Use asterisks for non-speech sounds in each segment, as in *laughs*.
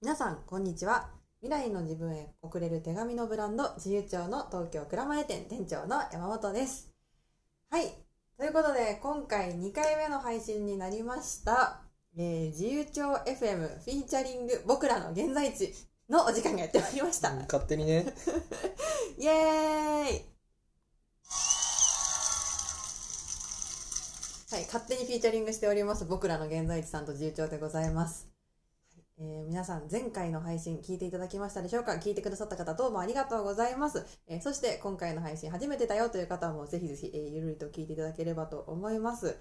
皆さんこんにちは未来の自分へ送れる手紙のブランド自由帳の東京蔵前店店長の山本ですはいということで今回2回目の配信になりました、えー自由帳 FM フィーチャリング僕らの現在地のお時間がやってまいりましたうん勝手にね *laughs* イエーイはい、勝手にフィーチャリングしております僕らの現在地さんと自由帳でございます、はいえー皆さん前回の配信聞いていただきましたでしょうか聞いてくださった方どうもありがとうございます、えーそして今回の配信初めてだよという方もぜひぜひ、えーゆるりと聞いていただければと思います、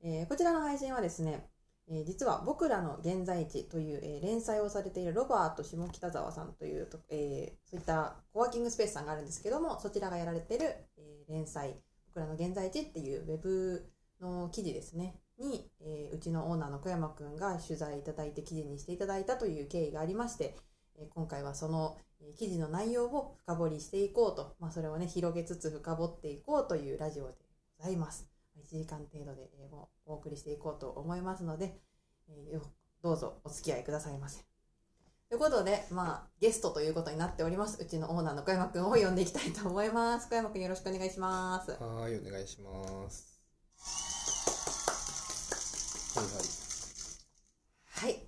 えーこちらの配信はですねえー実は「僕らの現在地」という、えー連載をされているロバート下北沢さんというと、えーそういったコワーキングスペースさんがあるんですけどもそちらがやられている、えー連載「僕らの現在地」っていうウェブの記事ですねに、えーうちのオーナーの小山くんが取材いただいて記事にしていただいたという経緯がありまして、えー今回はそのえー記事の内容を深掘りしていこうと、まあ、それをね広げつつ深掘っていこうというラジオでございます。1時間程度でえーおお送りしていこうと思いますので、えーよどうぞお付き合いくださいませ。ということで、まあ、ゲストということになっております。うちのオーナーの小山くんを呼んでいきたいと思います。小山くんよろしくお願いします。はーいお願いしますはいははいい。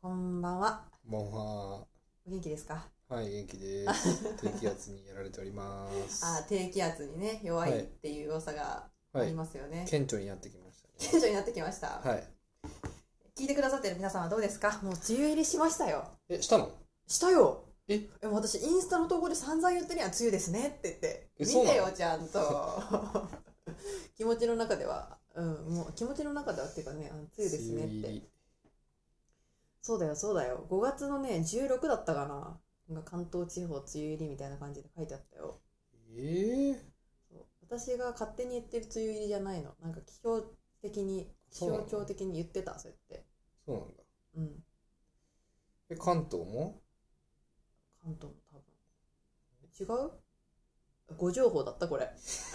こんばんは。こんばんはお元気ですかはい元気です低気圧にやられておりま *laughs* すあー低気圧にね、弱いっていう噂があはりいますよね。顕著になってきましたね顕著になってきました。はい聞いてくださってる皆さんはどうですかもう梅雨入りしましたよ。えしたのしたよえでも私インスタの投稿で散々言ってるやん梅雨ですねって言ってえ見そうなてのよちゃんと *laughs* 気持ちの中ではうんもう気持ちの中ではっていうかねあの梅雨ですねっ梅雨入てりそうだよそうだよ5月のね16だったかなが関東地方梅雨入りみたいな感じで書いてあったよええそう私が勝手に言ってる梅雨入りじゃないのなんか気象的に気そうな象の庁的に言ってたそれってそうなんだうんえ関東も関東も多分違う誤情報だったこれ *laughs* すっ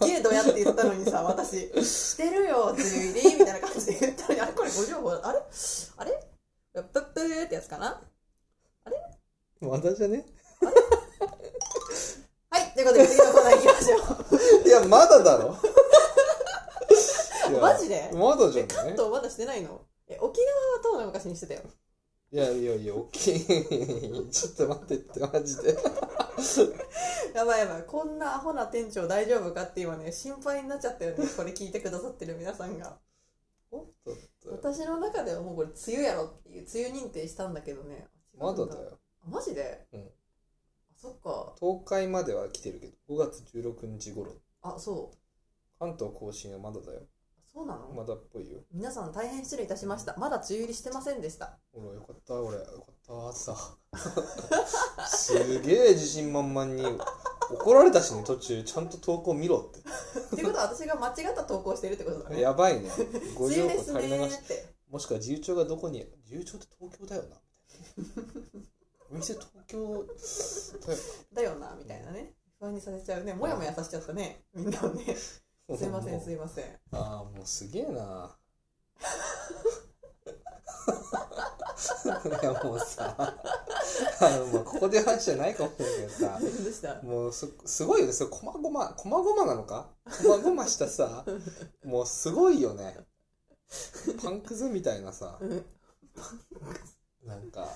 げえどやって言ったのにさ私「してるよ」っていう入りみたいな感じで言ったのにあれこれ誤情報あれあれプップップーってやつかなまだじゃねはいということで次のコーナー行きま *laughs* し *laughs* いやまだだろいょうや *laughs* マジでまだじえゃ関ない東まだしてないのえ沖縄はとうの昔にしてたよいやいやいや *laughs* 大きいちょっと待ってってマジでやばいやばいこんなアホな店長大丈夫かって今ね心配になっちゃったよ *laughs* ねこれ聞いてくださってる皆さんがおっとっと私の中ではもうこれ梅雨やろっていう梅雨認定したんだけどねまだだよ。あマジで、うんあそっか東海までは来てるけど、5月16日頃、あそう関東甲信はまだだよ。そうなの、まだっぽいよ。皆さん大変失礼いたしましたまだ梅雨入りしてませんでしたほら、よかった、俺。よかった、さ。 *laughs* すげえ自信満々に。怒られたしね、途中。ちゃんと投稿見ろっっていうことは私が間違った投稿してるってことだて。ねやばいね。ご梅情雨で報す垂ねれ流ーし。ってもしくは自由帳がどこに、自由帳って東京だよな。お店東京だよだよなみたいなね不安にさせちゃうねもやもやさせちゃったねみんなをねすな。いませんすいいませんああ、もうすげえな。 *laughs* いやもうさ、あのまあここで話じゃないかもしれないけどさ、どうしたもうすすごいよね、それ、こまごま、こまごまなのかこまごましたさ、もうすごいよね。パンくずみたいなさ、うんなんか、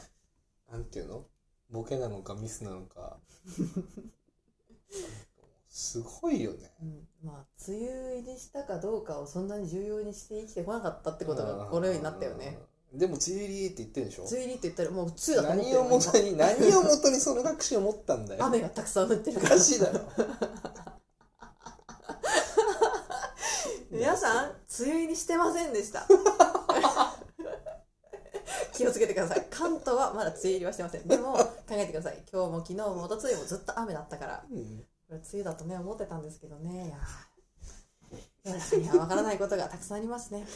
なんていうのボケなのかミスなのか。すごいよね。うんまあ梅雨入りしたかどうかをそんなに重要にして生きてこなかったってことがこのようになったよねうん。でも、梅雨入りって言ってるでしょ梅雨入りって言ったらもう梅雨だと思って何るをもよと *laughs* に何をもとにその学習を持ったんだよ雨がたくさん降ってるおかからしい *laughs* だろ皆さん梅雨入りしてませんでした *laughs* 気をつけてください関東はまだ梅雨入りはしてませんでも考えてください今日も昨日もおとついもずっと雨だったからうんこれ梅雨だとね思ってたんですけどねいやー世の中には分からないことがたくさんありますね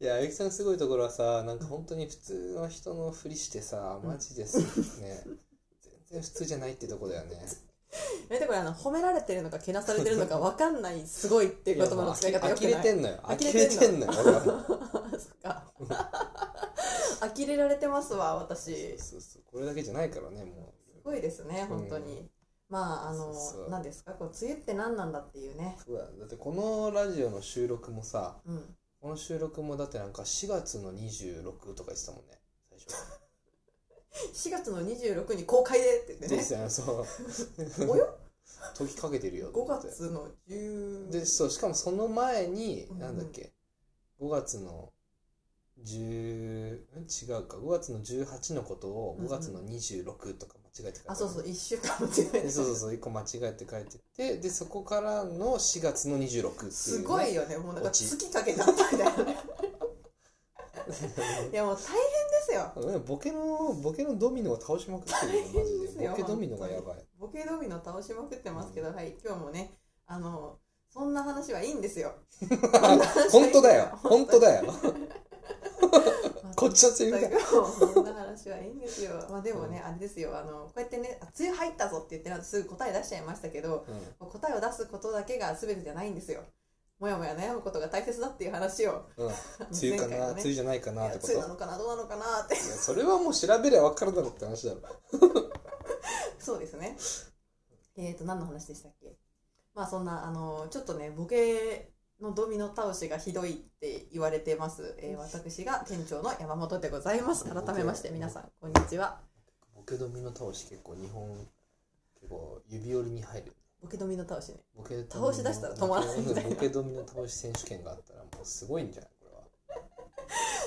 いや青木さんのすごいところはさなんか本当に普通の人のふりしてさマジですね全然普通じゃないってとこだよねえでこれあの褒められてるのかけなされてるのか分かんないすごいっていう言葉の使い方いやよもうく呆れないてんのよ呆呆れれてて *laughs* んんのよ俺はそっか入れられてますわ私すそうそうこれだけじゃないからねもうごいですね本当に、うまああのそうそう何ですかこう梅雨って何なんだっていうねそうだだってこのラジオの収録もさうんこの収録もだってなんか4月の26とか言ってたもんね最初4月の26に公開でって言ってでねすよねそうおよ解きかけてるよと5思って月の10でそうしかもその前に、うんうんなんだっけ5月の10ん違うか5月の18のことをうんう5ん月の26とか間違えて書いてあるあそうそう1週間間違えでてそうそうそう1個間違えて書いててでそこからの4月の26っていう、ね、 *laughs* すごいよねもうなんかオチ月かけたみたいだよねいやもう大変ですようんボケのボケのドミノを倒しまくって *laughs* る大よマ変でジすでよボケドミノがやばいボケドミノ倒しまくってますけど、はい今日もねあのそんな話はいいんですよ *laughs* 本当だ *laughs* よ本当だよこっちちのセリフだ *laughs* そんな話はいいんですよ *laughs* まあでもね、あれですよあのこうやってねあ「梅雨入ったぞ」って言ってなんかすぐ答え出しちゃいましたけどうん答えを出すことだけが全てじゃないんですよもやもや悩むことが大切だっていう話をうん、あの梅雨か前回のな、梅ね雨じゃないかいなっやて梅ことい雨やなのかなどうなのかなってそれはもう調べりゃ分かるだろうって話だろそうですねえっと何の話でしたっけまあそんなあのちょっとねボケのドミノ倒しがひどいって言われてます、えー私が店長の山本でございます改めまして皆さんこんにちはボケドミノ倒し結構日本結構指折りに入るボケドミノ倒しねボケドミノ倒し出したら止まらないみたいなボケドミノ倒し選手権があったらもうすごいんじゃないこれは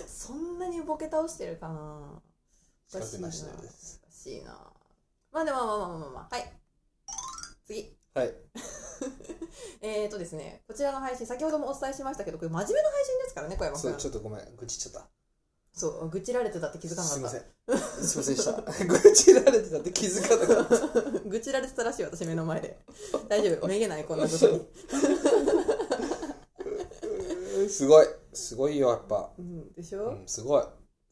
そんなにボケ倒してるかなおかし資い格ななしですおかしいなまあでもまあまあまあまあまあはい次はいえーとですね、こちらの配信、先ほどもお伝えしましたけど、これ真面目な配信ですからね、小山そう君。ちょっとごめん愚痴っちゃったそう、愚痴られてたって気づかなかすいっまた。せん *laughs* すいませんでした愚痴られてたって気づかなかった愚痴られてたらしい、私、目の前で。大丈夫、めげない、こんなことに。うー *laughs* すごいすごいよやっぱうん、でしうょ、んすごい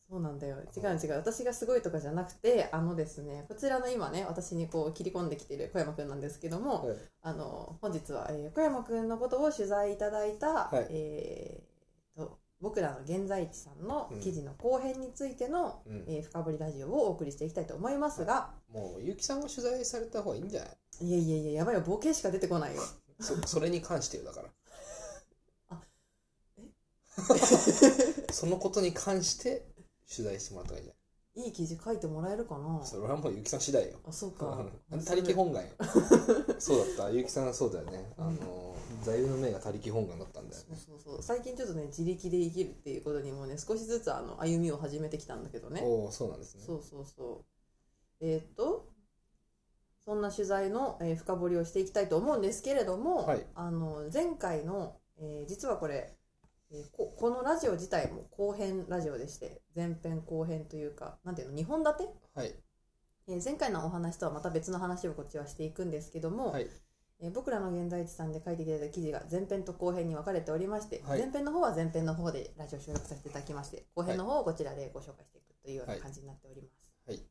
そうなんだよ。違う違う、私がすごいとかじゃなくて、あのですね、こちらの今ね、私にこう切り込んできてる小山君なんですけども、はいあの、本日は、えー小山君のことを取材いただいた、はいえーと、僕らの現在地さんの記事の後編についての、うんえー深掘りラジオをお送りしていきたいと思いますが、もう結城さんが取材された方がいいんじゃないいやいやいや、やばいよ、ボケしか出てこないよ。そ *laughs* それに関してよだからあ *laughs* そのことに関して取材してもらった方がいいじいい記事書いてもらえるかゃなんそれはもうゆきさん次第よあ、そううかん。あの他力本 *laughs* 願よそうだったゆきさんはそうだよねあの座右の銘が他力本願だったんだよそうねそうそう。最近ちょっとね、自力で生きるっていうことにもね、少しずつあの歩みを始めてきたんだけどね。おおそうなんですねそうそうそう。えーっと、そんな取材の、えー深掘りをしていきたいと思うんですけれども、はいあの前回の、えー実はこれ、えーここのラジオ自体も後編ラジオでして前編後編というかなんていうの2本立てはいえー前回のお話とはまた別の話をこっちはしていくんですけども、はいえー僕らの現在地さんで書いてくれた記事が前編と後編に分かれておりまして、はい前編の方は前編の方でラジオ収録させていただきまして後編の方をこちらでご紹介していくというようなはい感じになっております、はい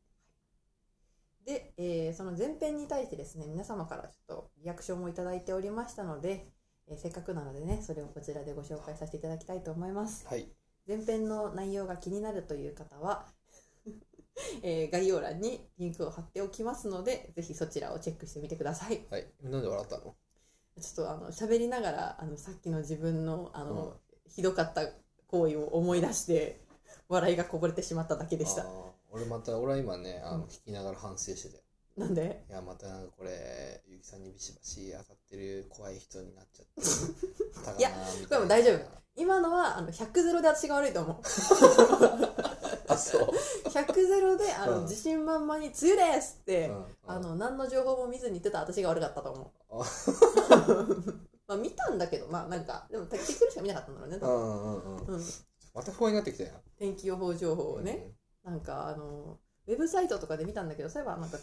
で、えーその前編に対してですね皆様からちょっとリアクションもいただいておりましたので、えーせっかくなのでねそれをこちらでご紹介させていただきたいと思いますはい前編の内容が気になるという方は、 *laughs* えー概要欄にリンクを貼っておきますのでぜひそちらをチェックしてみてくださいちはいなんで笑ったのょっとあの喋りながらあのさっきの自分のあの、ひどかった行為を思い出して笑いがこぼれてしまっただけでしたあー俺また俺は今ねあうんの聞きながら反省してたよなんでいやまたなんかこれゆきさんにビシバシ当たってる怖い人になっち *laughs* ゃったいやこれも大丈夫夫今のはあの100ゼロで私が悪いと思うあそう、 100ゼロであの、うん自信満々に「梅雨です!」って、うんうんあの何の情報も見ずに言ってた私が悪かったと思うあ *laughs* まあ見たんだけどまあなんかでも結局しか見なかったんだろうね多う分んうんうんうん、また不安になってきたよ天気予報情報をね、なんかあのウェブサイトとかで見たんだけどそういえばなんか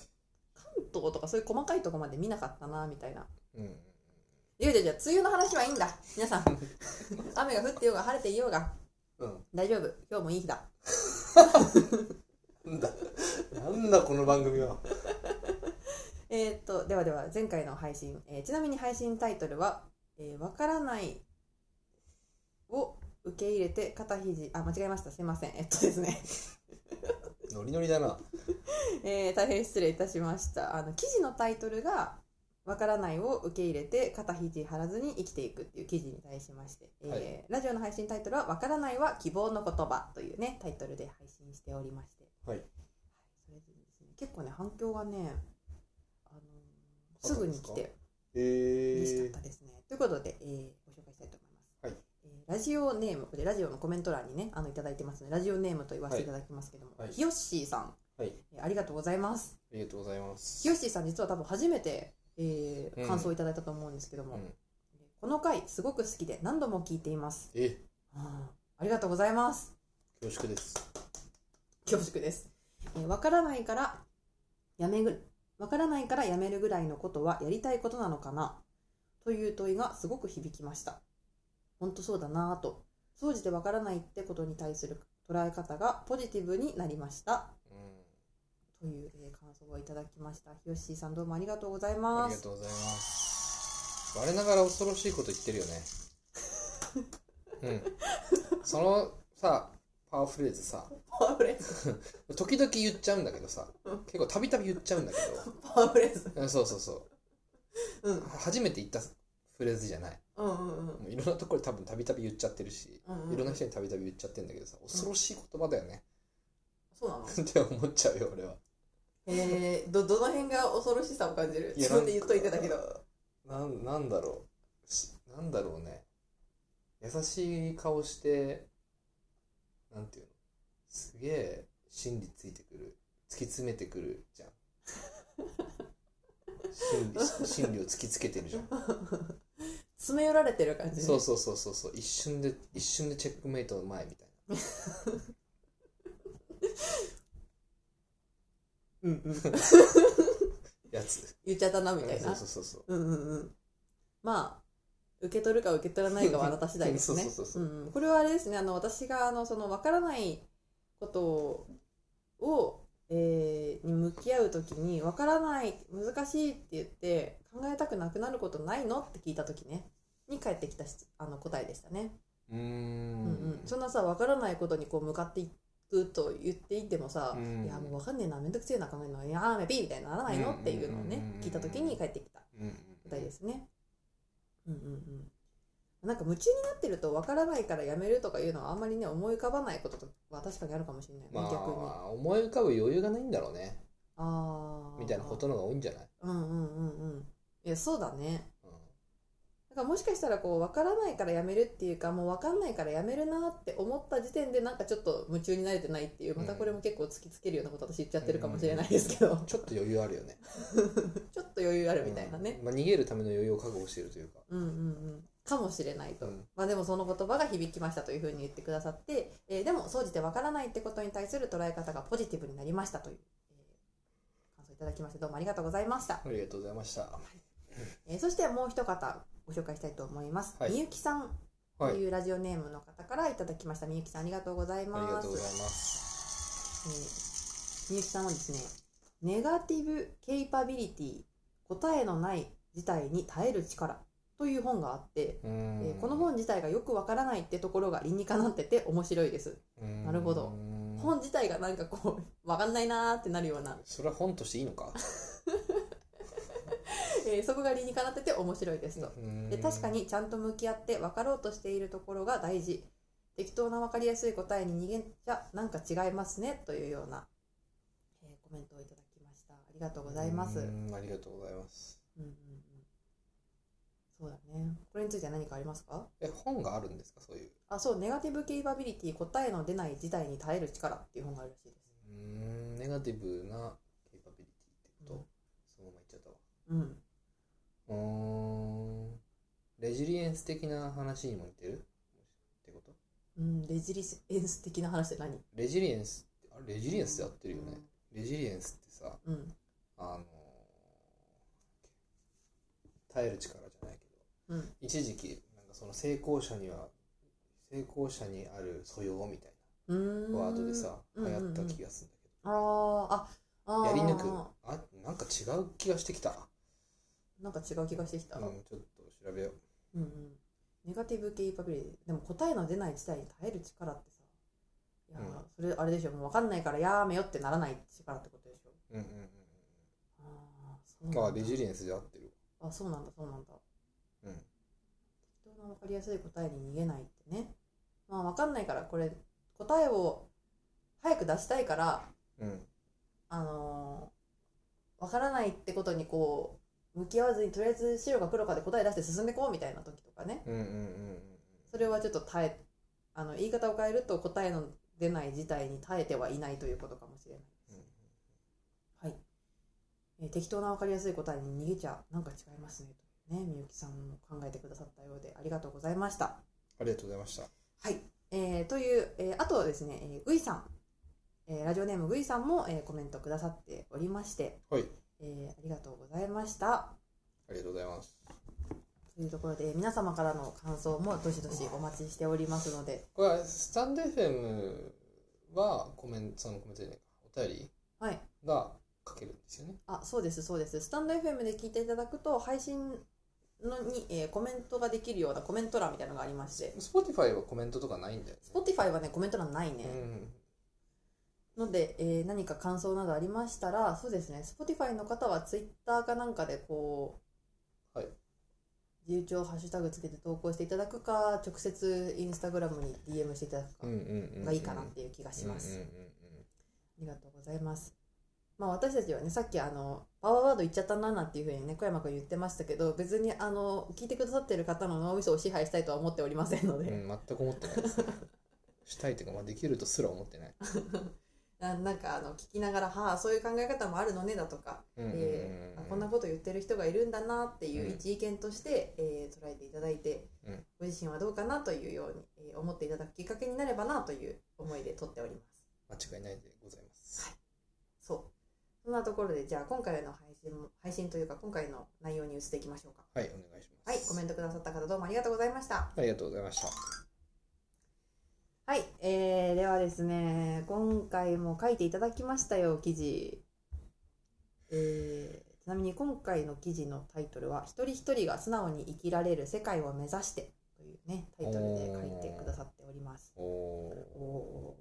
関東とかそういう細かいとこまで見なかったなみたいなうんうんいやいやいや梅雨の話はいいんだ皆 *laughs* さん雨が降ってようが晴れていようがうん大丈夫今日もいい日だなんだなんだこの番組はえーっとではでは前回の配信、えーちなみに配信タイトルは「えーわ、からない」を受け入れて肩肘あ間違えましたすいませんえっとですね *laughs* ノリノリだな。えー大変失礼いたしましたあの記事のタイトルが「わからないを受け入れて肩肘張らずに生きていく」っていう記事に対しまして、えーはいラジオの配信タイトルは「わからないは希望の言葉」というねタイトルで配信しておりまして、はいそれでですね、結構ね反響がねあのあすそうぐでにすか来てえ嬉しかった。ーですね。ということで、えーご紹介したいと思います。はいえーラジオネーム、これラジオのコメント欄にね、あのいただいてますので、ラジオネームと言わせていただきますけども、はいはいひよっしーさん、はいえーありがとうございます。ありがとうございます。ひよっしーさん、実は多分初めて、えーうん感想をいただいたと思うんですけども、うんこの回、すごく好きで何度も聞いています。え、あーありがとうございます。恐縮です。恐縮です。えーわからないからやめぐ、わからないからやめるぐらいのことはやりたいことなのかなという問いがすごく響きました。ほんとそうだなぁと。総じてわからないってことに対する捉え方がポジティブになりました。うん。という、えー感想をいただきました。ひよっしーさんどうもありがとうございあまりがす。とうございます。我ながら恐ろしいこと言って *laughs* るよね。うん。そのさ、パワーフレーズさ、パワーフレーズ、時々言っちゃうんだけどさ、結構たびたび言っちゃうんだけパワーフレーズ。ど、うんそうそうそううん。は初めて言ったフレーズじゃない。うんうんうん。もういろんなところで多分たびたび言っちゃってるし、うんうんいろんな人にたびたび言っちゃってるんだけどさ、恐ろしい言葉だよね。そうなのって思っちゃうよ、俺は。えー、ど、どの辺が恐ろしさを感じるいや自分で言っといてだけど。なんなんだろうしなんだろうね優しい顔してなんていうのすげえ心理ついてくる突き詰めてくる *laughs* じゃん心理し心理を突きつけてるじゃん詰め寄られてる感じねそうそうそうそうそう一瞬で一瞬でチェックメイトの前みたいうんうん。なやつ言っちゃったなみたいそうなそうそうそううんうんうんまあ受け取るか受け取らないか *laughs* はあなた次第ですねそうそうそうそううんうんこれはあれですねあの私があのその分からないことを、えーに向き合う時に分からない難しいって言って考えたくなくなることないのって聞いた時ねに返ってきた質あの答えでしたね、うーんうんうん、そんなさ分からないことにこう向かっていくと言っていってもさ、うんいやもう分かんねえなめんどくせえな考えるのやーめぴーみたいにならないのっていうのをうんねうんうんうん聞いた時に返ってきたうんうん答えですね。うんうんうん。なんか夢中になってると分からないからやめるとかいうのはあんまりね思い浮かばないことは確かにあるかもしれない、ねまあ逆に。思い浮かぶ余裕がないんだろうねああ。みたいなことの方が多いんじゃない、うんうんうんうん。いやそうだね。うんだからもしかしたらこう分からないからやめるっていうかもう分かんないからやめるなって思った時点でなんかちょっと夢中になれてないっていうまたこれも結構突きつけるようなこと私言っちゃってるかもしれないですけど、ちょっと余裕あるよねちょっと余裕あるみたいなね。うんまあ、逃げるための余裕を覚悟しているというか、うんうんうん、かもしれないと、うんまあ、でもその言葉が響きましたというふうに言ってくださって、えーでも総じてわからないってことに対する捉え方がポジティブになりましたという、えー感想いただきましてどうもありがとうございました、ありがとうございましたえーそしてもう一方ご紹介したいと思います、はいみゆきさんとはいいうラジオネームの方からいただきました、みゆきさんありがとうございありがまとうございすますえーみゆきさんはですねネガティブ・ケイパビリティ答えのない事態に耐える力という本があって、うーんえーこの本自体がよくわからないってところが理にかなってて面白いです、うーんなるほど本自体がなんかこうわかんないなーってなるような、それは本としていいのかえーそこが理にかなってて面白いですと、うーんで確かにちゃんと向き合って分かろうとしているところが大事適当な分かりやすい答えに逃げちゃなんか違いますねというような、えーコメントをいただきましたありがとうございます、ううーんんありがとうございますうんうん、そうだねこれについて何かありますかえ本があるんですかそういうあそうネガティブ・ケイパビリティ答えの出ない事態に耐える力っていう本があるらしいですうーんネガティブなケイパビリティってこと、うんそのまま言っちゃったわうん、うーんレジリエンス的な話にも似てるってことうん、レジリエンス的な話って何レジリエンスってあレジリエンスで合ってるよね、レジリエンスってさうんあの耐える力じゃないけうどん一時期なんかその成功者には成功者にある素養みたいうーんなワードでさ流うんうん行った気がするんだけあーああど、ーやり抜くあなんか違う気がしてきた、なんか違う気がしてきた、ううんん、ちょっと調べよううんネガティブケイパビリティでも答えの出ない事態に耐える力ってさいやー、うんそれあれでしょもう分かんないからやめよってならない力ってことでしょうんうんうんああそうなうんんだまあレジリエンスで合ってるあそうなんだそうなんだわうん人の分かりやすい答えに逃げないってねまあ分かんないからこれ答えを早く出したいからうんあのー、分からないってことにこう向き合わずにとりあえず白か黒かで答え出して進んでこうみたいな時とかねうんうんうんそれはちょっと耐えあの言い方を変えると答えの出ない事態に耐えてはいないということかもしれないうはんい、えー適当な分かりやすい答えに逃げちゃなんか違いますねとねみゆきさんも考えてくださったようでありがとうございましたありがとうございましたはい、えーという、えーあとはですね、えー、ぐいさん、えーラジオネームぐいさんも、えーコメントくださっておりまして、はいえーありがとうございましたありがとうございますというところで皆様からの感想もどしどしお待ちしておりますのでこれはスタンド FM はコメントそのコメントじゃないかお便りはいが書けるんですよねあそうですそうですスタンド FM で聞いていただくと配信のに、えーコメントができるようなコメント欄みたいなのがありまして Spotify はコメントとかないんだよね Spotify はねコメント欄ないね、うんので、えー何か感想などありましたらそうですね Spotify の方は Twitter かなんかでこう、はい自由帳ハッシュタグつけて投稿していただくか直接 Instagram に DM していただくうかんうんうんがいいかなっていう気がします、うんうんありがとうございますまあ私たちはねさっきあのパワーワード言っちゃったななんていうふうにね小山君言ってましたけど別にあの聞いてくださってる方の脳みそを支配したいとは思っておりませんので、うんうん全く思ってないですねしたいというか、まあ、できるとすら思 *laughs* ってない、ななんかあの聞きながら「はあそういう考え方もあるのね」だとかうんうんうんえーあうんこんなこと言ってる人がいるんだなっていううん一意見として、えー捉えていただいて、うんご自身はどうかなというように、えー思っていただくきっかけになればなという思いで撮っております。間違いないでございますそうそんなところでじゃあ今回の配信も配信というか今回の内容に移っていきましょうか。はい、お願いしまはい、すコメントくださった方どうもありがとうございました。ありがとうございましたはい、えー、ではですね、今回も書いていただきましたよ、記事。えー、ちなみに今回の記事のタイトルは、一人一人が素直に生きられる世界を目指してというね、タイトルで書いてくださっております。おおお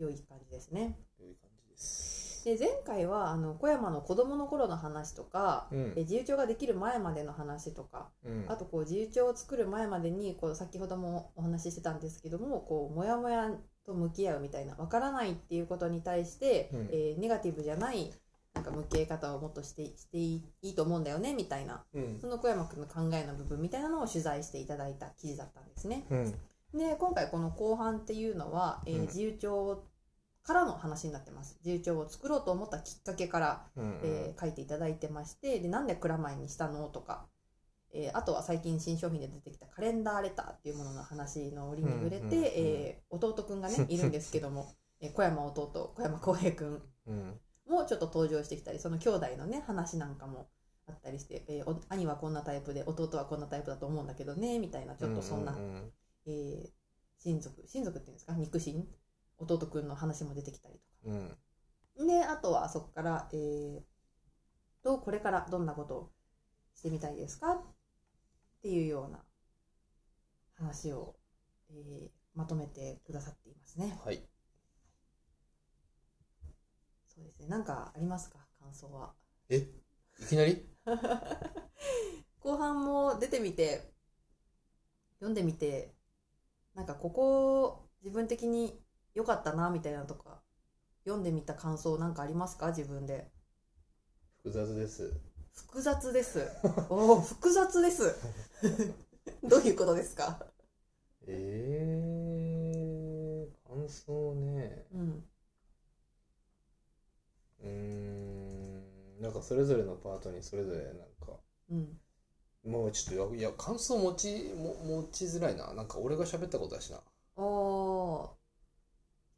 ー良い感じですね。良い感じですで、前回は、あの、小山の子供の頃の話とか、うんえ自由帳ができる前までの話とか、うんあとこう自由帳を作る前までにこう先ほどもお話ししてたんですけどもこうモヤモヤと向き合うみたいなわからないっていうことに対して、うんえーネガティブじゃないなんか向き合い方をもっとしてしていいいいと思うんだよねみたいなうんその小山君の考えの部分みたいなのを取材していただいた記事だったんですね。うんで今回この後半っていうのは、えーうん自由帳からの話になってます自由帳を作ろうと思ったきっかけからうんえー書いていただいてましてでなんで蔵前にしたのとか、えーあとは最近新商品で出てきたカレンダーレターっていうものの話の折に触れて、うんうんうんえー弟くんが *laughs* ねいるんですけども、えー小山弟小山浩平くんうんもちょっと登場してきたりその兄弟のね話なんかもあったりして、えーお兄はこんなタイプで弟はこんなタイプだと思うんだけどねみたいなちょっとそんな、ううんえー親族親族っていうんですか肉親弟くんの話も出てきたりとか。うんうんであとはそこから、えー、とこれからどんなことをしてみたいですかっていうような話を、えーまとめてくださっていますね。はいそうですねなんかありますか感想は。いきなり後半も出てみて読んでみてなんかここ自分的に良かったなみたいなのとか読んでみた感想なんかありますか自分で。複雑です複雑 *laughs* です。おお、複雑です。 *laughs* どういうことですか。えー、感想ねうん、うーんなんかそれぞれのパートにそれぞれなんかうん、もうちょっといやいや感想持ちも持ちづらいななんか俺が喋ったことだしなああ。そ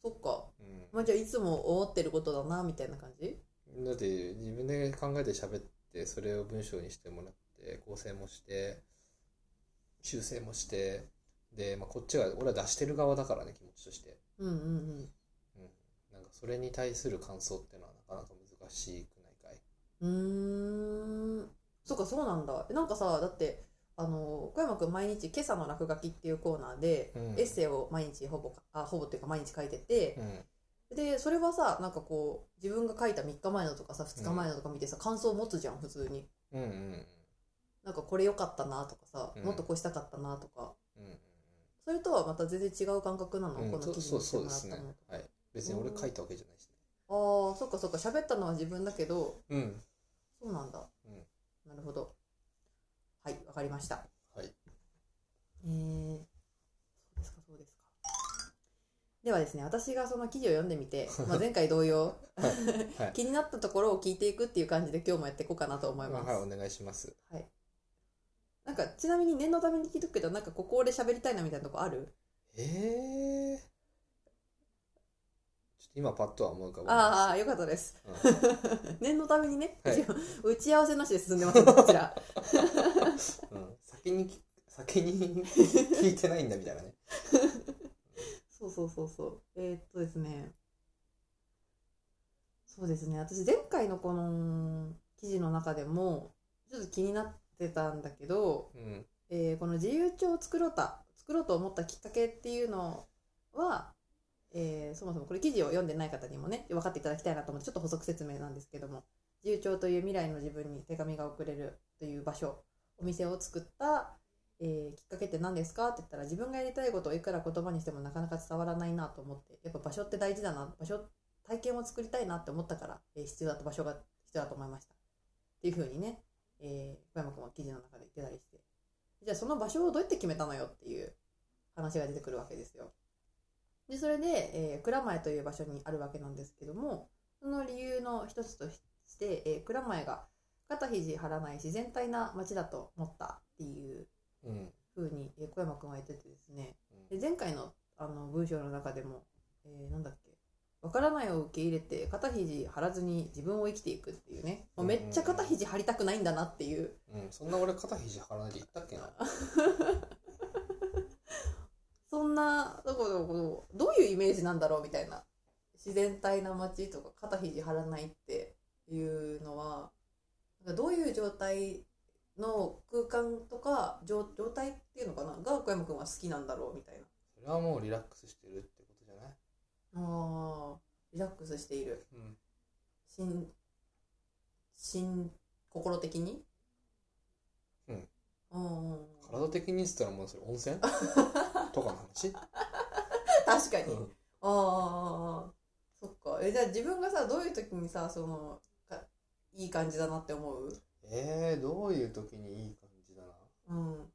っか、うんまあ、じゃあ、いつも思ってることだなみたいな感じ。だって自分で考えて喋ってそれを文章にしてもらって構成もして修正もしてで、まあ、こっちが俺は出してる側だからね気持ちとして、うん、うん、うん。うん、なんかそれに対する感想っていうのはなかなか難しくないうーんそっかそうなんだえなんかさだってあの小山君毎日「今朝の落書き」っていうコーナーで、うんエッセイを毎日ほぼあほぼっていうか毎日書いてて、うんでそれはさなんかこう自分が書いた3日前のとかさ2日前のとか見てさ、感想を持つじゃん普通にうんうんうんなんかこれ良かったなとかさ、うんもっとこうしたかったなとかうんうんそれとはまた全然違う感覚なの、うんこのそ記事そうにしてもそうでらっすねたのはい別に俺書いたわけじゃないしねああそっかそっか喋ったのは自分だけどうんそうなんだ、うんなるほどはいわかりましたはいえーそうですかそうですかではですね私がその記事を読んでみ *laughs* て、まあ、前回同様はい *laughs* 気になったところを聞いていくっていう感じで今日もやっていこうかなと思まあいます、はいお願いしますなんかちなみに念のために聞いとくけどなんかここ俺喋りたいなみたいなとこあるええちょっと今パッとは思うかもああよかったです念のためにね、は一い応打ち合わせなしで進んでますねこちら *laughs* うんうん先にき先に聞いてないんだみたいなねそうそうそうそうえーっとですねそうですね私前回のこの記事の中でもちょっと気になってたんだけどうんえーこの自由帳を作ろうた作ろうと思ったきっかけっていうのは、えーそもそもこれ記事を読んでない方にもね分かっていただきたいなと思ってちょっと補足説明なんですけども自由帳という未来の自分に手紙が送れるという場所お店を作った、えーきっかけって何ですかって言ったら自分がやりたいことをいくら言葉にしてもなかなか伝わらないなと思ってやっぱ場所って大事だな場所体験を作りたいなって思ったから、えー必要だと場所が必要だと思いましたっていうふうにね、えー小山君は記事の中で言ってたりしてじゃあその場所をどうやって決めたのよっていう話が出てくるわけですよ。でそれで、えー蔵前という場所にあるわけなんですけどもその理由の一つとして、えー蔵前が肩肘張らない自然体な街だと思ったっていううんふうに、えー小山君は言っててですねうんで前回のあの文章の中でも、えーなんだっけわからないを受け入れて肩肘張らずに自分を生きていくっていうねもうめっちゃ肩肘張りたくないんだなっていううんそんな俺肩肘張らないで言ったっけなそんなどこどこどういうイメージなんだろうみたいな自然体な街とか肩肘張らないっていうのはなんかどういう状態の空間とか状状態っていうのかなが小山君は好きなんだろうみたいなそれはもうリラックスしてるってことじゃないあーリラックスしているうん心心心的にうんうんうん体的にっつったらもうそれ *laughs* 温泉とかの話確かうに、んああああああそっかえじゃあ自分がさどういう時にさそのかいい感じだなって思うえー、どういう時にいい感じだなうんう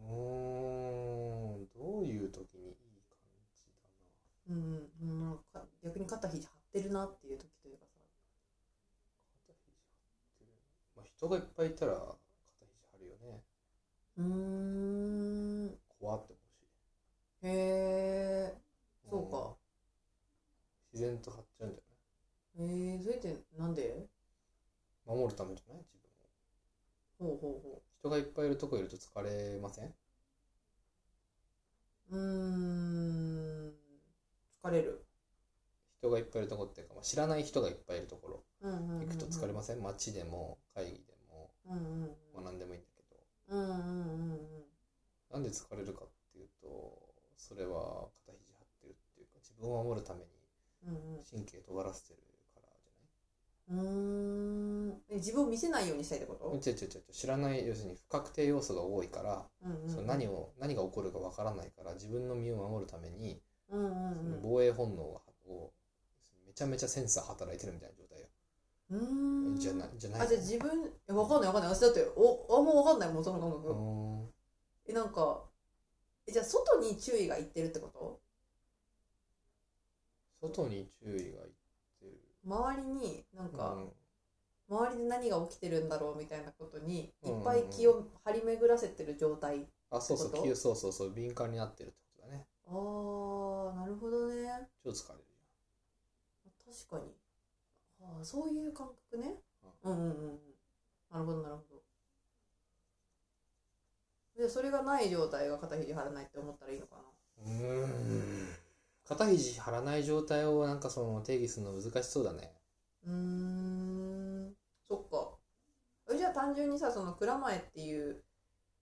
ーんどういう時にいい感じだなうんうんなんか逆に肩肘張ってるなっていう時というかさ肩肘張ってる、まあ、人がいっぱいいたら肩肘張るよねうーん怖って思うしへえそうかうん自然と張っちゃうんじゃへえそれってなんでない守るためじゃない自分をほうほうほ人がいっぱいいるとこいると疲れませんううーん疲れる人がいっぱいいるとこっていうか、まあ、知らない人がいっぱいいるところうんうんうんうん行くと疲れません街でも会議でもうんうんまあ何でもいいんだけどうんうんうんうんなんで疲れるかっていうとそれは肩肘張ってるっていうか自分を守るためにうんうん神経尖らせてるからじゃないーうんえ自分を見せないようにしたいってこと違う違う違う知らない要するに不確定要素が多いから、うんうんその何を何が起こるかわからないから自分の身を守るために、うんうんそうんの防衛本能をめちゃめちゃセンサー働いてるみたいな状態よ、うーんじゃないじゃないあじゃあ自分えわかんないわかんない私だっておあもうわかんないもんその感うー覚、んえなんかえじゃあ外に注意がいってるってこと外に注意がいってる周りになんか、うん周りで何が起きてるんだろうみたいなことにいうんうんっぱい気を張り巡らせてる状態、あそうそうこと気をそうそうそう敏感になってるってことだねああなるほどね超疲れる確かにあーそういう感覚ねうんうんうんうんなるほどなるほどでそれがない状態が肩肘張らないって思ったらいいのかなうーん肩肘張らない状態をなんかその定義するの難しそうだねうーんそっかえじゃあ単純にさそ蔵前っていう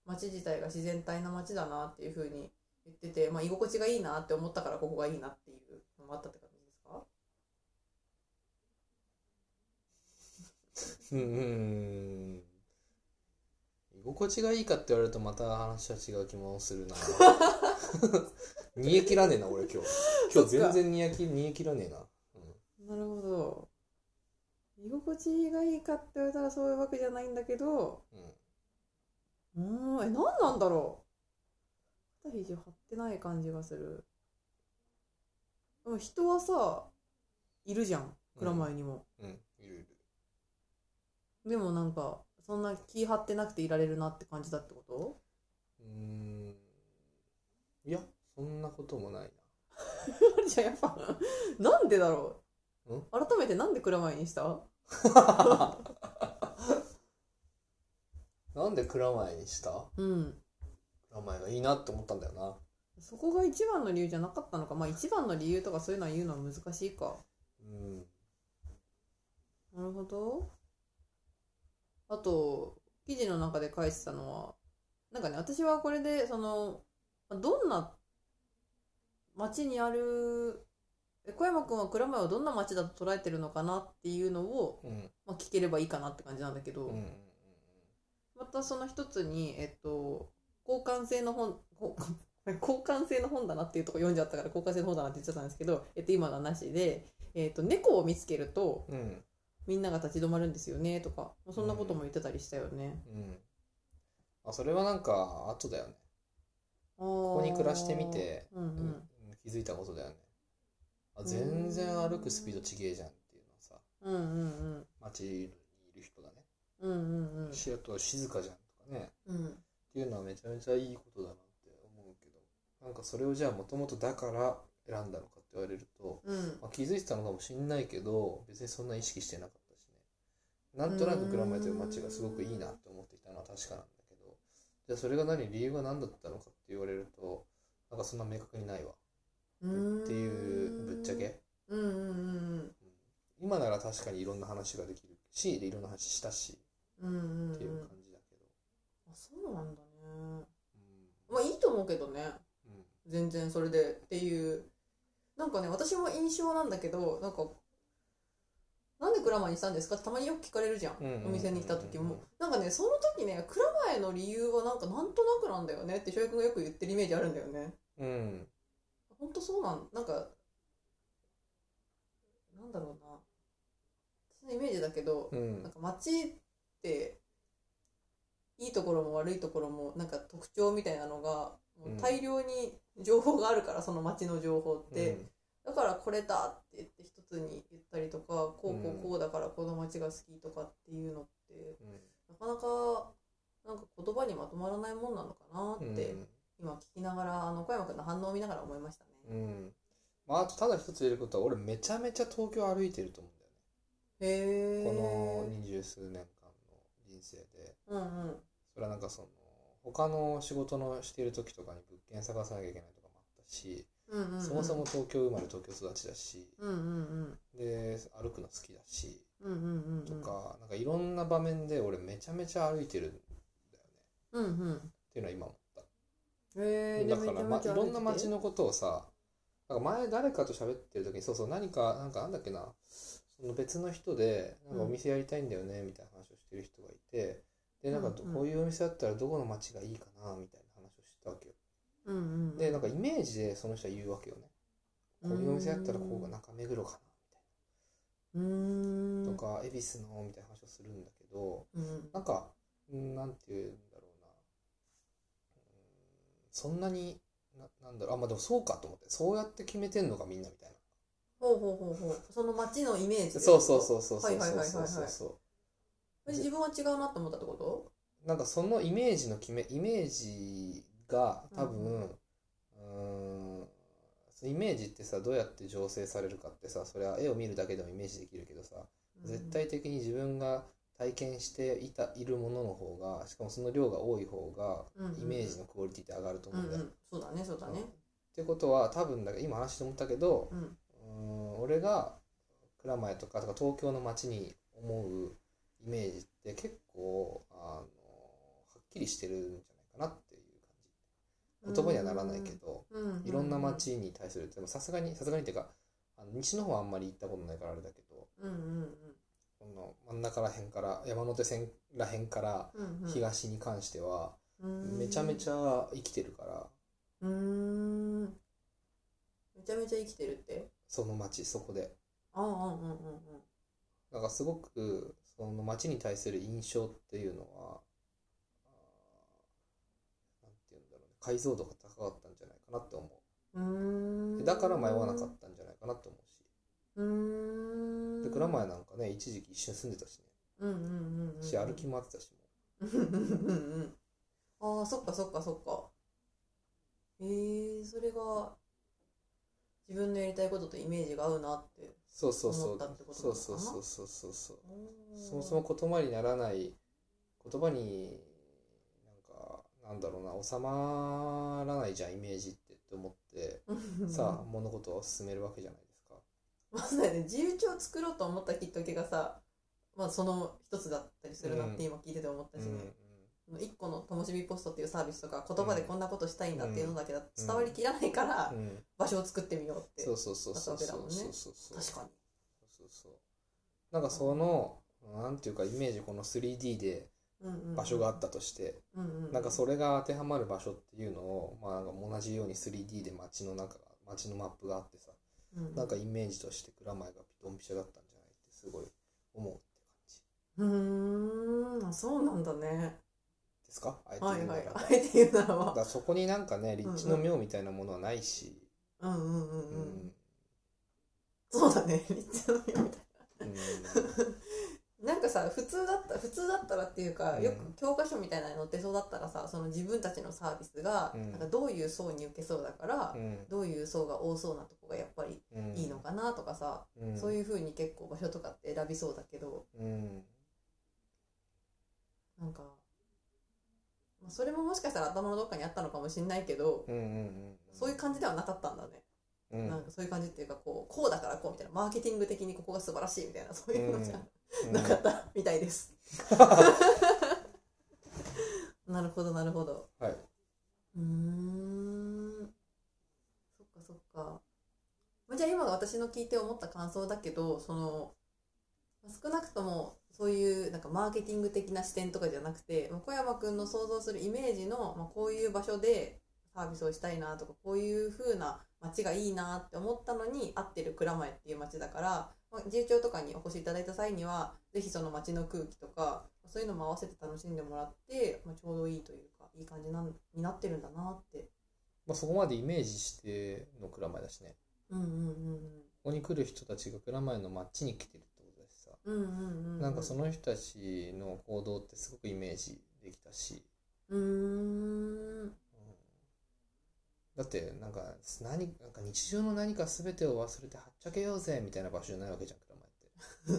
町自体が自然体な町だなっていうふうに言ってて、まあ、居心地がいいなって思ったからここがいいなっていうのもあったって感じですかうんうんうん居心地がいいかって言われるとまた話は違う気も *laughs* するな煮え切らねえな俺今日今日全然煮えき煮え切らねえな、なるほど居心地がいいかって言われたらそういうわけじゃないんだけどうんうーんえ何なんだろう肩肘張ってない感じがするでも人はさいるじゃん蔵前にも、うん、うん、いるいるでもなんかそんな気張ってなくていられるなって感じだってこうーんいやそんなこともないなと *laughs* じゃあやっぱなんでだろうん改めてなんで蔵前にしたなんで蔵前にしたうん蔵前がいいなって思ったんだよなそこが一番の理由じゃなかったのかまあ一番の理由とかそういうのは言うのは難しいかうんなるほど。あと、記事の中で書いてたのは、なんかね、私はこれで、その、どんな街にある、え小山くんは蔵前をどんな街だと捉えてるのかなっていうのを、うんまあ、聞ければいいかなって感じなんだけうど、んうんまたその一つに、えっと、交換性の本、交換交換性の本だなっていうとこ読んじゃったから交換性の本だなって言っちゃったんですけど、えっと、今のはなしで、えっと、猫を見つけると、うんうんみんなが立ち止まるんですよねとかまあそんなことも言ってたりしたよね。うんあそれはなんか後だよねこここに暮らしてみ、て、うんうんうん気づいたことだよねあん全然歩くスピードちげえじゃんっていうのはさうんうん街にいる人がねうんうんうんうんシアトル静かじゃんとかねうんっていうのはめちゃめちゃいいことだなって思うけどなんかそれをじゃあもともとだから選んだのかって言われると、うんまあ、気づいてたのかもしんないけど別にそんな意識してなかったしねなんとなく蔵前という街がすごくいいなって思っていたのは確かなんだけどじゃあそれが何理由が何だったのかって言われるとなんかそんな明確にないわうんっていうぶっちゃけ、うんうんうんうん今なら確かにいろんな話ができるしでいろんな話したしうんうんうんうんっていう感じだけど、あそうなんだねうんまあいいと思うけどねうん全然それでっていうなんかね私も印象なんだけどなんかなんで蔵前にしたんですかってたまによく聞かれるじゃん,、うんうんうんうんお店に来た時もなんかねその時ね蔵前の理由はなんかなんとなくなんだよねって翔平君がよく言ってるイメージあるんだよねうんほんとそうなんなんかなんだろうなそのイメージだけど、うんなんか街っていいところも悪いところもなんか特徴みたいなのがもう大量に情報があるから、その街の情報って、だからこれだって言って一つに言ったりとかこうこうこうだからこの街が好きとかっていうのってうんうんなかなかなんか言葉にまとまらないもんなのかなって、今聞きながらあの小山君の反応を見ながら思いましたね。うんうんまあ、あとただ一つ言えることは俺めちゃめちゃ東京歩いてると思うへえ。んだよねこの二十数年間の人生でうんうんそれはなんかその他の仕事のしてる時とかに物件探さなきゃいけないとかもあったし、うんうんうん。そもそも東京生まれ東京育ちだしうんうんうんで歩くの好きだしうんうんうんうんとか、なんかいろんな場面で俺めちゃめちゃ歩いてるんだよねうんうんっていうのは今思ったへえだから、ま、いろんな街ののことをさなんか前誰かと喋ってる時にそうそう何かなんかなんだっけなその別の人でなんかお店やりたいんだよねみたいな話をしてる人がいて、でなんかどうんうんこういうお店だったらどこの街がいいかなみたいな話をしてたわけようんうんでなんかイメージでその人は言うわけよねこういうお店だったらここが中目黒かなうーんみたいなとか恵比寿のみたいな話をするんだけどうんなんかうんなんて言うんだろうなうんそんなにななんだろうあまあでもそうかと思ってそうやって決めてんのかみんなみたいなほうほうほうほうその街のイメージそうそうそうそうはそいうはいはいはいそうはそういそう自分は違うなと思ったってことうなんかそのイメージの決めイメージが多う分うんそのイメージってさどうやって醸成されるかってさそれは絵を見るだけでもイメージできるけどさ絶対的に自分が体験していたいるものの方がしかもその量が多い方がうんイメージのクオリティって上がるとう思うんんだうよ。んそうだねそうだうんっねてことは多分だから今話して思ったけどう、んうーん、俺が蔵前とかとか東京の街に思うイメージって結構あのきりしてるんじゃないかなっていう感じ言葉にはならないけど、うんうんうんいろんな街に対するでもさすがにさすがにっていうかあの西の方はあんまり行ったことないからあれだけどうんうんこの真ん中ら辺から山手線ら辺からうんうんうん東に関しては、めちゃめちゃゃ生きてるからうーんめちゃめちゃ生きてるってその街そこでああうんうんうんなんかすごくその街に対する印象っていうのはあーなんていうんだろうね解像度が高かったんじゃないかなって思うんうーうんだから迷わなかったんじゃないかなって思うしうーんで蔵前なんかね一時期一瞬住んでたしうんうんうんうんねし歩き回ってたしもうんうんうんうん *laughs* ああそっかそっかそっかえー、それが自分のやりたいこととイメージが合うなってそうそうそ思うったってことなそのうかなそうそうそうそうそうそもそも言葉にならない言葉になんかなんだろうな収まらないじゃんイメージってって思ってさあ物事を進めるわけじゃないですか。 *laughs* まさに自由帳を作ろうと思ったきっかけがさ、まあ、その一つだったりするなって今聞いてて思ったしうんうねん、その一個の「ともしびポスト」っていうサービスとか言葉でこんなことしたいんだっていうのだけだとうん伝わりきらないからうん場所を作ってみようってそうそうそうそうそうそうそうそう確かにそうそうなんかそのなんていうかイメージこの 3D でうんうん場所があったとして、うんうんなんかそれが当てはまる場所っていうのを、まあ、なんか同じように 3D で街の中が街のマップがあってさううなんかイメージとして蔵前がドンピシャだったんじゃないってすごい思うって感じうーんあそうなんだねですかあえては言いうなはらいあえて言うならだかばらそこになんかね立地の妙みたいなものはないし、うんうんううんんうんそうだね *laughs* リッチのみたいうんななんかさ普通だった普通だったらっていうか、うんよく教科書みたいなの載ってそうだったらさその自分たちのサービスが、うんなんかどういう層に受けそうだから、うんどういう層が多そうなとこがやっぱりう *laughs* んいいのかなとかさ、うんそういう風に結構場所とかって選びそうだけどうんなんか、まあ、それももしかしたら頭のどっかにあったのかもしれないけど、うんうんうんそういう感じではなかったんだね。うんなんかそういう感じっていうかこうこうだからこうみたいなマーケティング的にここが素晴らしいみたいなそういうのじゃうんなかったみたい *laughs* です。なるほどなるほど。はい。うーん。そっかそっか。まあじゃあ今私の聞いて思った感想だけどそのまあ少なくともそういうなんかマーケティング的な視点とかじゃなくてまあ小山君の想像するイメージの、まあ、こういう場所でサービスをしたいなとかこういう風な街がいいなって思ったのに合ってる蔵前っていう街だから、まあ、自由帳とかにお越しいただいた際にはぜひその街の空気とかそういうのも合わせて楽しんでもらって、まあ、ちょうどいいというかいい感じなんになってるんだなって。まあ、そこまでイメージしての蔵前だしね。うんうんここに来る人たちが蔵前の街に来てるってことだしさ。うんうんうんうんうんうんなんかその人たちの行動ってすごくイメージできたし。うーん *laughs* うんだってなんか何なんか日常の何か全てを忘れてはっちゃけようぜみたいな場所じゃないわけじゃん蔵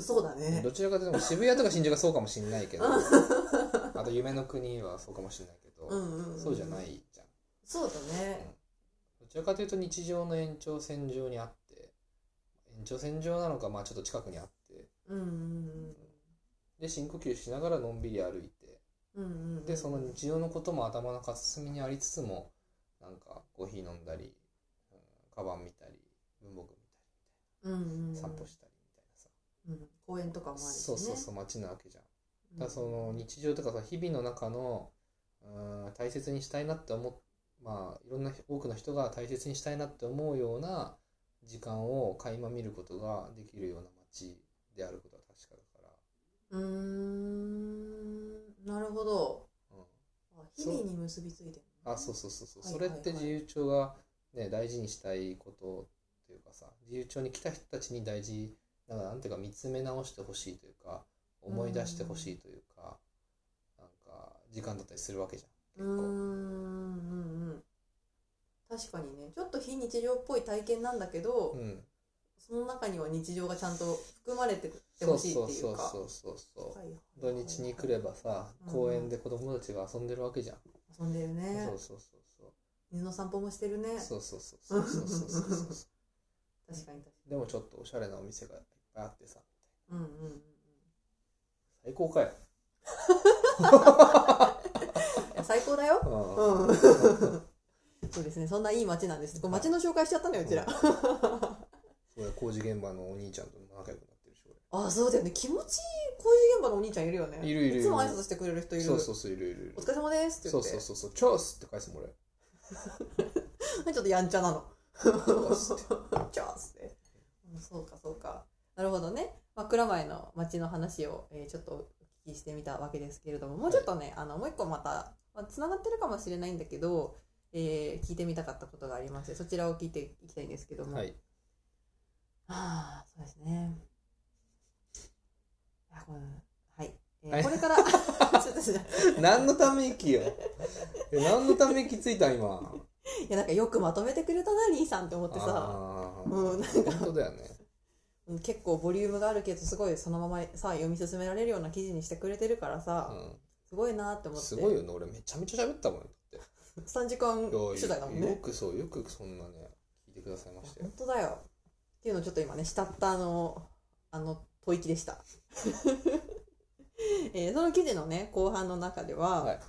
そうだ前ってねどちらかというと渋谷とか新宿はそうかもしんな *laughs* いけどあと夢の国はそうかもしんないけど、うんうんんんそうじゃないじゃんそうだねどちらかというと日常の延長線上にあって延長線上なのかまあちょっと近くにあってうんうんで深呼吸しながらのんびり歩いてうんうんうんでその日常のことも頭の片隅にありつつもなんかコーヒー飲んだり、うん、カバン見たり文房具見うんうんうんたり散歩したりみたいなうん公園とかもあるしさ、ねそうそうそう街なわけじゃんうんだからその日常とかさ日々の中の、うん、大切にしたいなって思っまあいろんな多くの人が大切にしたいなって思うような時間を垣間見ることができるような街であることは確かだかうーんなるほどら、あ日々に結びついてるうん、あそうそうそうそう、はいはいはいそれって自由帳が、ね、大事にしたいことというかさ自由帳に来た人たちに大事なんかなんていうか見つめ直してほしいというか思い出してほしいというか、なんか時間だったりするわけじゃうんーん結構。うんうん確かにねちょっと非日常っぽい体験なんだけど、うんその中には日常がちゃんと含まれててほしいっていうかそうそうそうそうそう、はいはいはい土日に来ればさうん公園で子供たちが遊んでるわけじゃん、遊んでるねそうそうそう犬の散歩もしてるねそうそうそうそうそうそうそうそうそ確かに確かうでもちょっとおしゃれなお店がいっぱいあってさにうんうんうん最高かよ最高だよ。うんうん。そうですね。そんないい街なんです。これ街の紹介しちゃったのよ、うちら。そうだ工事現場のお兄ちゃんと仲良くなってるしあ、そうだよね。気持ちいい工事現場のお兄ちゃんいるよね。いるいるいるつも挨拶してくれる人い俺る。そうそうそういるいるいるお疲れ様ですって言そうって。そうそうそうチョースって返すもん *laughs* 俺ちょっとやんちゃなの。ー *laughs* スってチョースって。うんそうかそうか。なるほどね。まあ、蔵前の町の話を、えーちょっとお聞きしてみたわけですけれども、もうちょっとね、あのもう一個また、まあ、つながってるかもしれないんだけど、えー聞いてみたかったことがありまして、そちらを聞いていきたいんですけども。はいはあ、そうですね。いやこれはい。えーはいこれ *laughs* から、ちょっとちょっと何のため息よえ何のため息ついた今いや、なんかよくまとめてくれたな、兄さんって思ってさ。あーうんなんか本当だよねうん結構ボリュームがあるけどすごいそのままさ読み進められるような記事にしてくれてるからさ、すごいなってう思んってすごいよね俺めちゃめちゃ喋ったもんだって3時間いや取材だもんよねくそうよくそんなね聞いてくださいましたよ本当だよっていうのをちょっと今ねしたったあのあの吐息でした、 *laughs* えーその記事のね後半の中では、はい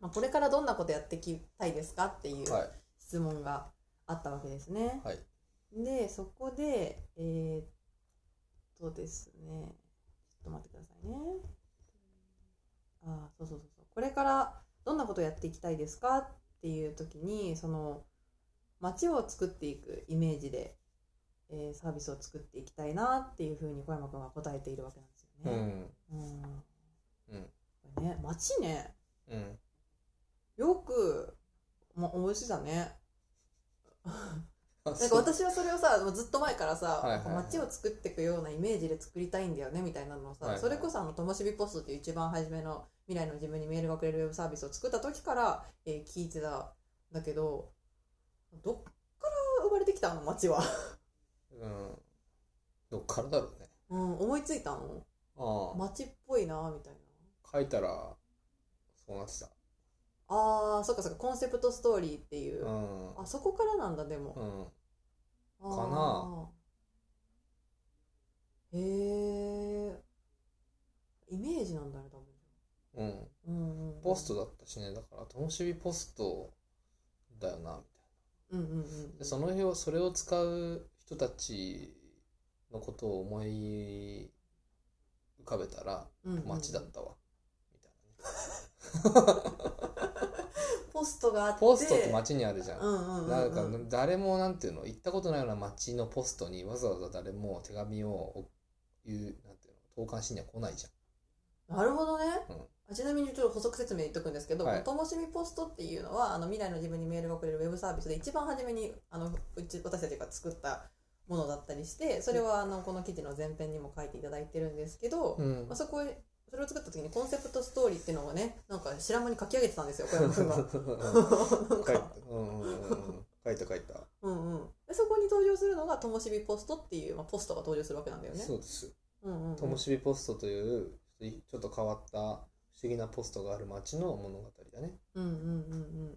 まあこれからどんなことやっていきたいですかっていうはい質問があったわけですね、はいでそこでえーっとですねちょっと待ってくださいねあーそうそうそうそうこれからどんなことをやっていきたいですかっていう時にその街を作っていくイメージで、えーサービスを作っていきたいなっていうふうに小山君は答えているわけなんですうよね。んうんうんこれね街ねうんよく、ま、思いついたね。あなんかそう私はそれをさもうずっと前からさ、はいはいはい街を作っていくようなイメージで作りたいんだよねみたいなのをさ、はいはいそれこそあの「ともしびポスト」っていう一番初めの未来の自分にメールがくれるウェブサービスを作った時から、えー聞いてたんだけどどっから生まれてきたの街は、 *laughs* うんどっからだろうねうん、思いついたのああ街っぽいなみたいな書いたらそうなってたあーそっかそっかコンセプトストーリーっていうう、んあそこからなんだでも、うんかかなへえイメージなんだね多分うんうんうんうんポストだったしねだからともしびポストだよなみたいうんうんうんなでその日をそれを使う人たちのことを思い浮かべたらうんうん街だったわみたいなポストがあってポストって街にあるじゃんうんうんうんうんなんか誰もなんていうの行ったことないような街のポストにわざわざ誰も手紙を言うなんていうの投函しには来ないじなるほどね、うんあちなみにちょっと補足説明言っとくんですけど、はいともしみポストっていうのはあの未来の自分にメールが送れるウェブサービスで一番初めにあのうち私たちが作ったものだったりしてそれはあのこの記事の前編にも書いていただいてるんですけど、ゃん、うんまあ、そこへそれを作った時にコンセプトストーリーっていうのをねなんか知らん間に書き上げてたんですよ小山君 *laughs* が *laughs* なん書いかた、うんうんうんうん、書いた書いた、うんうんでそこに登場するのがともしびポストっていう、まあ、ポストが登場するわけなんだよねそうですうんうんうんともしびポストというちょっと変わった不思議なポストがある街の物語だねうんうんうんうん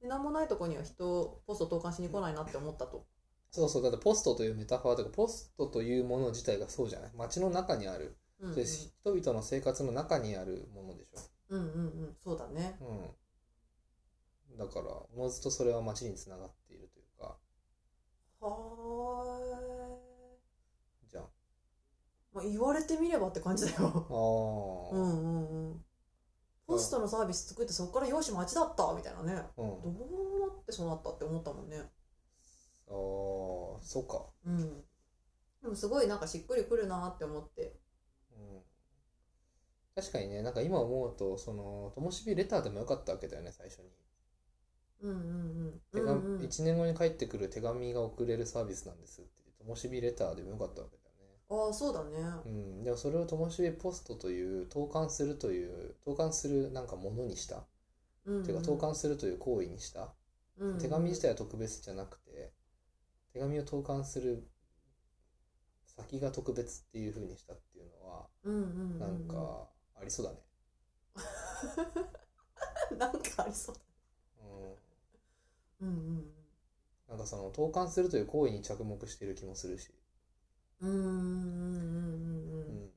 で何もないとこには人ポスト投函しに来ないなって思ったとそうそうだってポストというメタファーというかポストというもの自体がそうじゃない街の中にある、うんうんで人々の生活の中にあるものでしょうんうんうんそうだねうん、だからおのずとそれは街につながっているというかはじゃんーあい、まあ、言われてみればって感じだよ *laughs* あ、ううんんうんうんポストのサービス作ってそこから「よし町だった」みたいなねどうなってそうなったって思ったもんねあーそうか、うんでもすごいなんかしっくりくるなって思ってうん、確かにねなんか今思うとそのともしびレターでもよかったわけだよね最初にうんうんう手ん紙、うんうん1年後に返ってくる手紙が送れるサービスなんですってともしびレターでもよかったわけだよねああそうだねうん、でもそれをともしびポストという投函するという投函するなんかものにした、うんていうか投函するという行為にしたうん手紙自体は特別じゃなくて手紙を投函する先が特別っていう風にしたっていうのはうんうんうなんかありそうだね、 *laughs* なんかありそううん、うんうんなんかその投函するという行為に着目してる気もするし、うんうんうんうんうんううんん、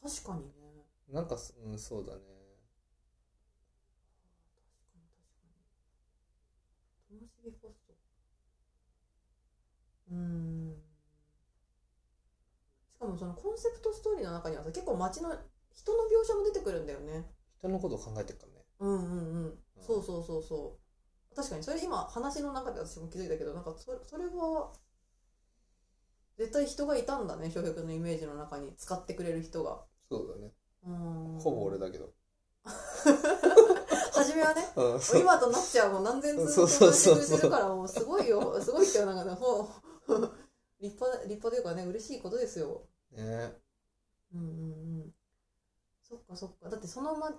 確かにねなんかす、うん、そうだねもそのコンセプトストーリーの中にはさ結構街の人の描写も出てくるんだよね人のことを考えてるからねうんうんうん、うんそうそうそうそう確かにそれ今話の中で私も気づいたけどなんかそれそれは絶対人がいたんだね翔平君のイメージの中に使ってくれる人がそうだねうんほぼ俺だけど初めはねうんそう今となっちゃうもう何千通そとうそうそうてくれてるからもうすごいよすごいってなんかねほう *laughs* 立派立派というかね嬉しいことですよ *laughs* ねうんうんうんそっかそっかだってそのま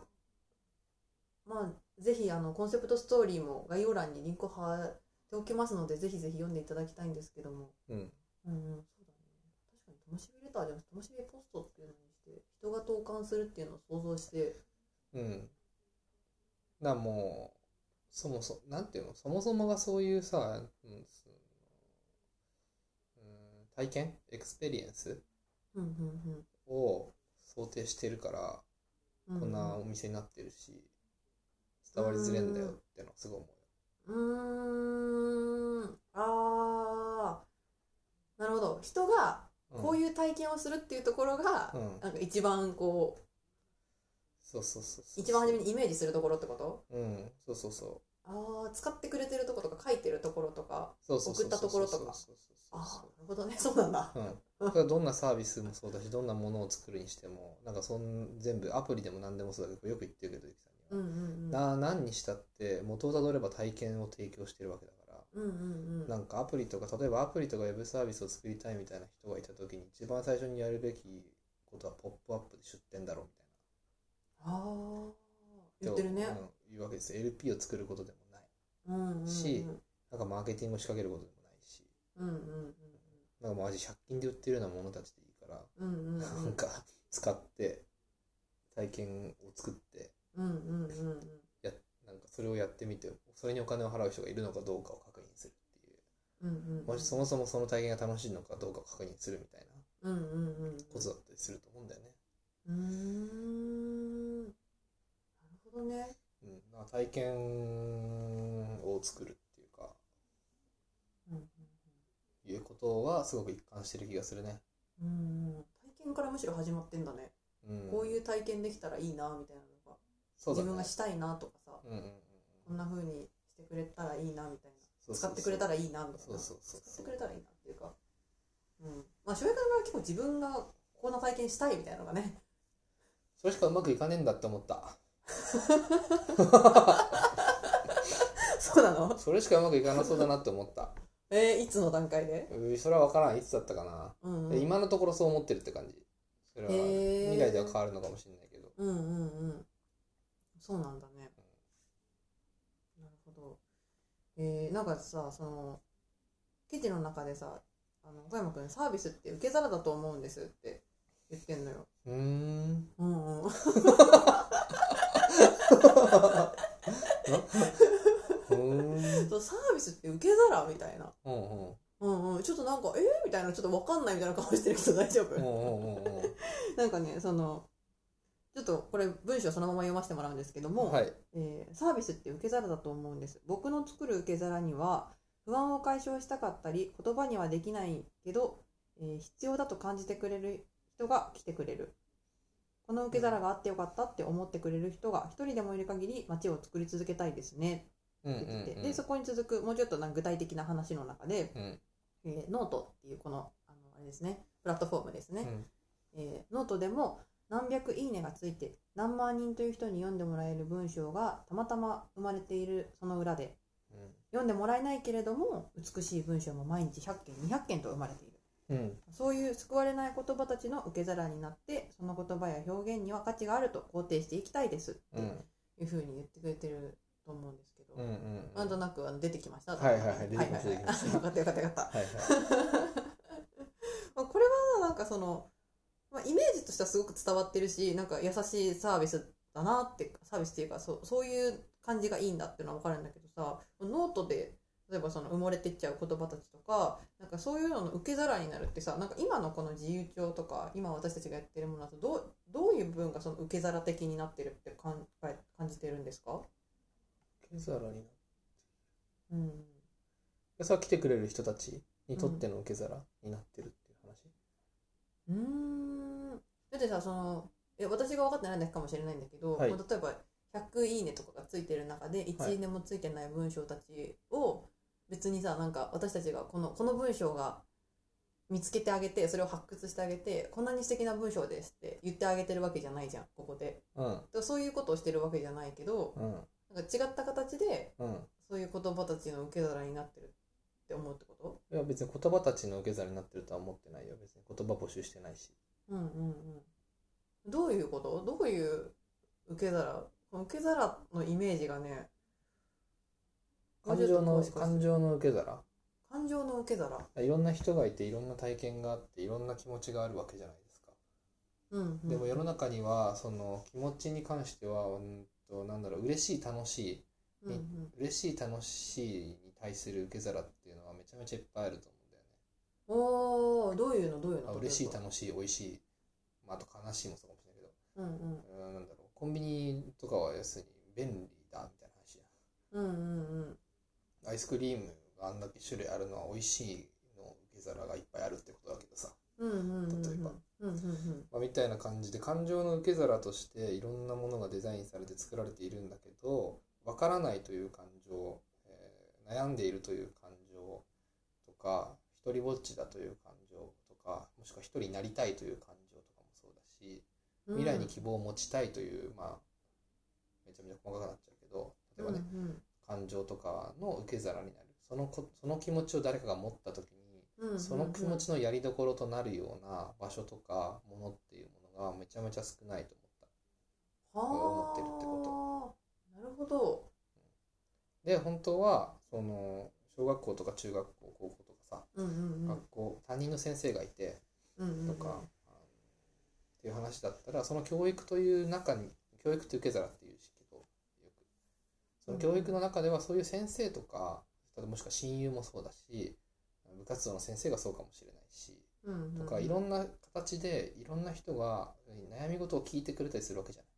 まあぜひあのコンセプトストーリーも概要欄にリンクを貼っておきますのでぜひぜひ読んでいただきたいんですけどもうんうんうんそうだね確かにともしびレターじゃなくてともしびポストっていうのにして人が投函するっていうのを想像してうんだからもうそもそもなんていうのそもそもがそういうさ、うんそのうん体験エクスペリエンスうんうんを想定してるからうんうんこんなお店になってるし伝わりづれんだよってのはすごい思ううーんあーなるほど人がよこううんいう体験をするっていうところが、うんなんか一番こうそうそうそうそう一番初めにイメージするところってことうんそうそうそうああ使ってくれてるところとか書いてるところとかそうそうそう送ったところとかそうそうそうあそうあなるほどねそうなんだうん、だからどんなサービスもそうだしどんなものを作るにしてもなんかそん全部アプリでも何でもそうだけどよく言ってるけどゆきさうんんうには、んうんな何にしたって元をたどれば体験を提供してるわけだから、うんうんうんなんかアプリとか例えばアプリとかウェブサービスを作りたいみたいな人がいた時に一番最初にやるべきことは「ポップアップで出店だろうみたいなああ言ってるねうん、いうわけですよ LP を作ることでもないうんうんうんしなんかマーケティングを仕掛けることでもないしうんうんなんかもうマジ100均で売ってるようなものたちでいいからうんうんうんうんなんか使って体験を作ってうんうんうんうんやなんかそれをやってみてそれにお金を払う人がいるのかどうかを確認するっていうんうんうんうもしそもそもその体験が楽しいのかどうかを確認するみたいなうんうんうんことだったりすると思うんだよね、うーんなるほどねうん、まあ体験を作るっていうかうんいうことはすごく一貫してる気がするね、うんうん体験からむしろ始まってんだねうん、こういうう体験できたらいいなみたいなのがそうだ、自ね、分がしたいなとかさうんうんうんこんな風にしてくれたらいいなみたいそなうそ使うそうってくれたらいいなみたいそうなそうそう使ってくれたらいいなっていうかうんまあ翔平君は結構自分がこんな体験したいみたいなのがね *laughs* それしかうまくいかねえんだって思ったそうなのそれしかうまくいかなそうだなって思ったえー、いつの段階で、うんそれは分からんいつだったかなうんうん、で今のところそう思ってるって感じそれはへー未来では変わるのかもしれないけどうんうんうんそうなんだねなるほどえー、なんかさその記事の中でさあの小山君サービスって受け皿だと思うんですって言ってんのようーんうんうん *laughs* うーんうんそうサービスって受け皿みたいなうんうんうん、ちょっとなんか、えー、みたいな、ちょっとわかんないみたいな顔してるけど大丈夫、うんうんうんうんなんかね、その、ちょっとこれ文章そのまま読ませてもらうんですけども、はいえーサービスって受け皿だと思うんです。僕の作る受け皿には、不安を解消したかったり、言葉にはできないけど、えー必要だと感じてくれる人が来てくれる。この受け皿があってよかったって思ってくれる人が一人でもいる限り街を作り続けたいですねうんうって言ってて、んでそこに続くもうちょっとなんか具体的な話の中で、うんえーノートっていうこのあのあれですねプラットフォームですうね、んえーノートでも何百いいねがついて何万人という人に読んでもらえる文章がたまたま生まれているその裏で読んでもらえないけれども美しい文章も毎日100件200件と生まれているうんうんそういう救われない言葉たちの受け皿になってその言葉や表現には価値があると肯定していきたいですってうんいうふうに言ってくれてると思うんですけど、うんうんなんとはなくあの出てきましたはいはいはい出てきましたはいはいはい *laughs* よかったよかったよかったいは *laughs* いまあこれはなんかその、まあ、イメージとしてはすごく伝わってるしなんか優しいサービスだなってサービスっていうかそうそういう感じがいいんだっていうのは分かるんだけどさノートで例えばその埋もれてっちゃう言葉たちとかなんかそういうのの受け皿になるってさなんか今のこの自由帳とか今私たちがやってるものだとどうどういう部分がその受け皿的になってるって考え感じてるんですか、受け皿にうん、それは来てくれる人たちにとっての受け皿になってるっていう話うーんだってさそのえ私が分かってないだけかもしれないんだけど、はいもう例えば100いいねとかがついてる中で1いいねもついてない文章たちを別にさなんか私たちがこのこの文章が見つけてあげてそれを発掘してあげてこんなに素敵な文章ですって言ってあげてるわけじゃないじゃんここでだうんからそういうことをしてるわけじゃないけどうんなんか違った形でうんそういう言葉たちの受け皿になってるって思うってこといや別に言葉たちの受け皿になってるとは思ってないよ別に言葉募集してないしうんうんうん。どういうことどういう受け皿この受け皿のイメージがね、もうちょっと詳しく感情の感情の受け皿感情の受け皿。いろんな人がいていろんな体験があっていろんな気持ちがあるわけじゃないですかうん、うん。でも世の中にはその気持ちに関してはうんとなんだろう嬉しい楽しいうんうん、嬉しい楽しいに対する受け皿っていうのはめちゃめちゃいっぱいあると思うおんだよねー、どういうのどういうあの嬉しい例えば楽しい美味しい、まあ、あと悲しいもそうかもしれないうんうん。けどうんなんだろうコンビニとかは要するに便利だみたいな話じうんうんうん。ゃんアイスクリームがあんだけ種類あるのは美味しいの受け皿がいっぱいあるってことだけどさ、うんうんうんうん。例えばうんうんうん。まあ、みたいな感じで感情の受け皿としていろんなものがデザインされて作られているんだけどわからないという感情、えー悩んでいるという感情とか一人ぼっちだという感情とかもしくは一人になりたいという感情とかもそうだしうん未来に希望を持ちたいという、まあ、めちゃめちゃ細かくなっちゃうけど、例えばね、うん感情とかの受け皿になる。そのこその気持ちを誰かが持った時うんうんうんうんに、その気持ちのやりどころとなるような場所とかものっていうものがめちゃめちゃ少ないと思っはた。ー思ってるってこなるほど。で、本当は、その、小学校とか中学校、高校とかさ、うんうんうん。学校、担任の先生がいてうんうんうんとか、あのっていう話だったら、その教育という中に、教育って受け皿っていうけど、よくその教育の中ではそういう先生とか、例えばもしくは親友もそうだし、部活動の先生がそうかもしれないし、うんうんうんとか、いろんな形でいろんな人が悩み事を聞いてくれたりするわけじゃない。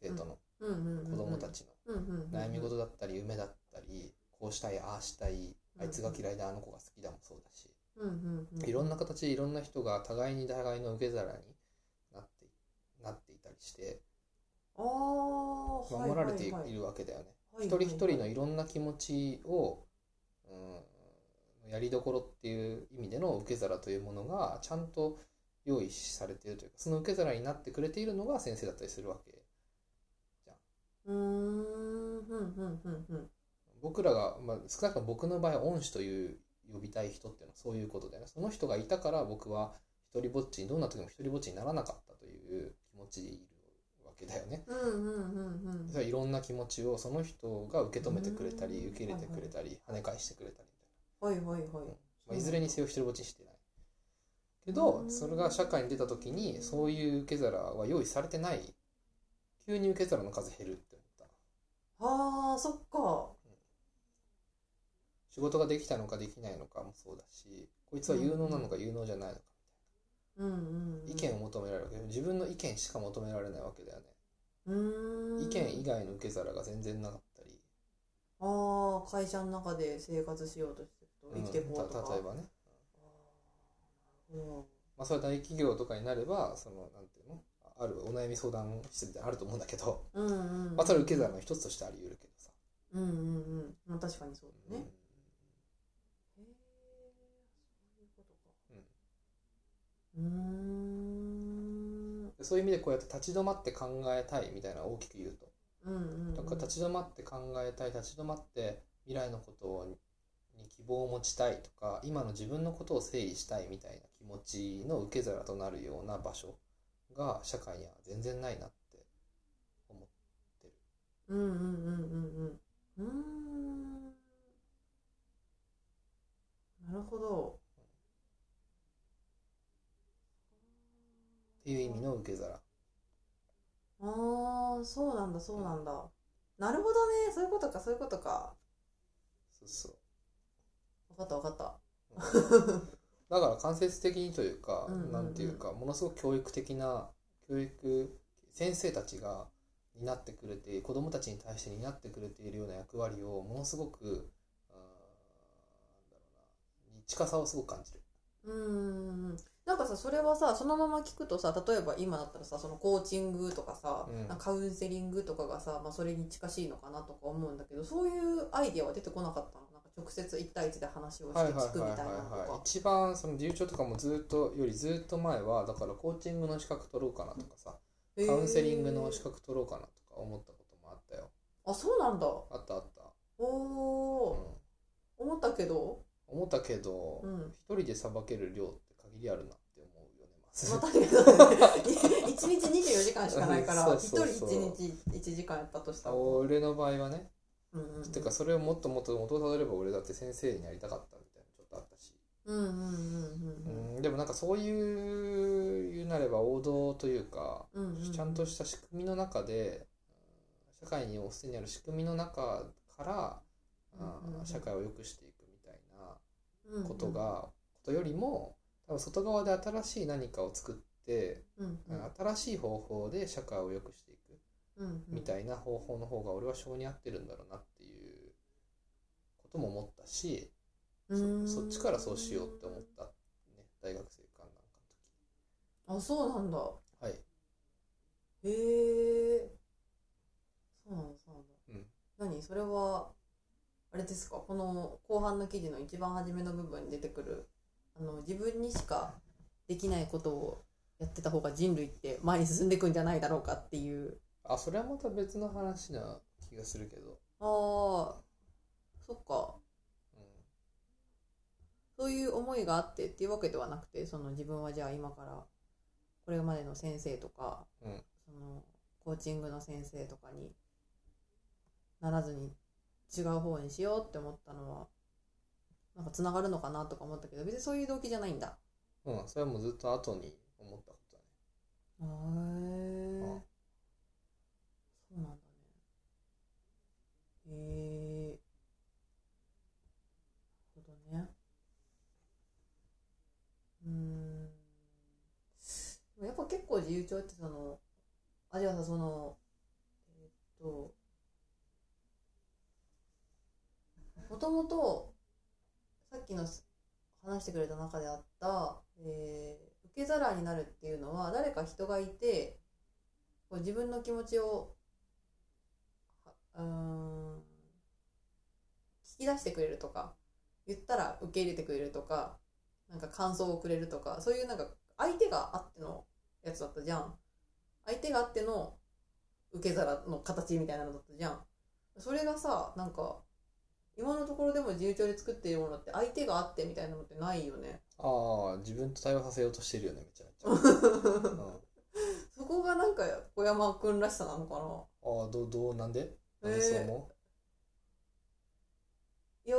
生徒の、うんうんうんうん子供たちの。うんうんうん悩み事だったり、夢だったり、こうしたい、ああしたい、あいつが嫌いだ、あの子が好きだもそうだし、うんうんうんいろんな形でいろんな人が互いに互いの受け皿になってなっていたりして、あーはい守はらいれていはいるわけだよね。はい一は人い一人のいろんな気持ちを、うん、やりどころっていう意味での受け皿というものがちゃんと用意されているというかその受け皿になってくれているのが先生だったりするわけうーんうんうんうんうん僕らが、まあ、少なくとも僕の場合は恩師という呼びたい人っていうのはそういうことだよねその人がいたから僕は一人ぼっちにどんな時も一人ぼっちにならなかったという気持ちでいるわけだよねうんうんうんうんそれはいろんな気持ちをその人が受け止めてくれたりうん受け入れてくれたり跳ね返してくれたりみたいなはいはいはいまあ、いずれにせよ一人ぼっちにしてないけどうんそれが社会に出た時にそういう受け皿は用意されてない急に受け皿の数減るって思っあたーそっか仕事ができたのかできないのかもそうだしこいつは有能なのか有能じゃないのかうんうんうん意見を求められるわけ自分の意見しか求められないわけだよねうーん意見以外の受け皿が全然なかったり、あー会社の中で生活しようとしてう生んきてこうとたか例えばねうんまあそれは大企業とかになればそのなんていうのあるお悩み相談室みたいなのあると思うんだけど、うんうんまあ、それは受け皿の一つとしてあり得るけどさ、うんうんうんまあ確かにそうだねへーそういうことかうんうーんそういう意味でこうやって立ち止まって考えたいみたいな大きく言うと、うんうんうんだから立ち止まって考えたい立ち止まって未来のことにに希望を持ちたいとか今の自分のことを整理したいみたいな気持ちの受け皿となるような場所が社会には全然ないなって思っうんうんうんうんうんうーんなるほどていう意味の受け皿ああそうなんだそうなんだ、なるほどねそういうことかそういうことかそうそう分かった分かった *laughs* だから間接的にというか、うんうんうんなんていうかものすごく教育的な教育先生たちが担ってくれて子どもたちに対して担ってくれているような役割をものすごくうーんなんだろうな近さをすごく感じる。うーんなんかさそれはさそのまま聞くとさ例えば今だったらさそのコーチングとかさ、うんなんかカウンセリングとかがさ、まあ、それに近しいのかなとか思うんだけどそういうアイディアは出てこなかったのなんか直接一対一で話をして聞くみたいなのとか一番その流暢とかもずっとよりずっと前はだからコーチングの資格取ろうかなとかさ、へーカウンセリングの資格取ろうかなとか思ったこともあったよあそうなんだあったあった、おうんお、思ったけど思ったけどうん *laughs* 一、人でさばける量って限りあるなって思うよねまずまあ確かに一日二十四時間しかないからうん一 *laughs* そ人うそうそう一日一時間やったとしたら、うん俺の場合はね、うんうん、てかそれをもっともっと元をたどれば俺だって先生になりたかったみたいなのちょっとあったし、うんうんうんうんうん、でもなんかそういう言うなれば王道というかうんうんうんちゃんとした仕組みの中でうん社会にすでにある仕組みの中からうんうんあ社会を良くしていくみたいうんうんなことがことよりも多分外側で新しい何かを作ってうんうん新しい方法で社会を良くしていくうんうんみたいな方法の方が俺は性に合ってるんだろうなっていうことも思ったしうーんそそっちからそうしようって思った、ね、大学生かなんかあそうなんだの時はいへえそうなんだそうなんだ、うん何それはあれですかこの後半の記事の一番初めの部分に出てくるあの自分にしかできないことをやってた方が人類って前に進んでいくんじゃないだろうかっていうあそれはまた別の話な気がするけど、ああそっかうん、そういう思いがあってっていうわけではなくてその自分はじゃあ今からこれまでの先生とか、うんそのコーチングの先生とかにならずに違う方にしようって思ったのはなんかつながるのかなとか思ったけど別にそういう動機じゃないんだ。うん、それはもうずっと後に思ったことだね。へえあそうなんだね。へえなるほどね。うーん。でもやっぱ結構自由帳ってその、あ、じゃあさ、その、えーっと、もともと、さっきのす話してくれた中であった、えー受け皿になるっていうのは、誰か人がいて、こう自分の気持ちを、はうーん、聞き出してくれるとか、言ったら受け入れてくれるとか、なんか感想をくれるとか、そういうなんか相手があってのやつだったじゃん。相手があっての受け皿の形みたいなのだったじゃん。それがさ、なんか、今のところでも自由帳で作っているものって相手があってみたいなのってないよね。 *laughs* ああ、自分と対話させようとしてるよね、めちゃめちゃ。うん、あそこがなんか小山くんらしさなのかな。あ、どう、どう、なんでえーなんでそう思いや、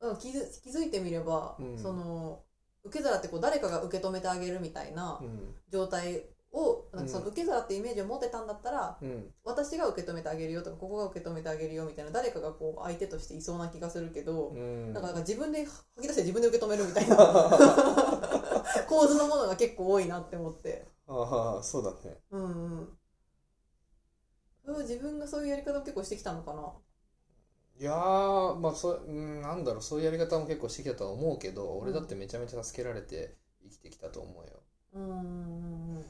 うん、気づ気づいてみれば、うんその受け皿ってこう誰かが受け止めてあげるみたいなううん、状態を、なんかそうのん受け皿ってイメージを持ってたんだったらうん、私が受け止めてあげるよとかここが受け止めてあげるよみたいな誰かがこう相手としていそうな気がするけど、うん。なんかなんか自分で吐き出して自分で受け止めるみた *laughs* いな構図のものが結構多いなって思って。ああ、そうだね。うんうんそれは自分がそういうやり方を結構してきたのかな。いやー、まあ、そ、うん、なんだろう、そういうやり方も結構してきたとは思うけど、俺だってめちゃめちゃ助けられて生きてきたと思うよ。うんうんうんうん。うん。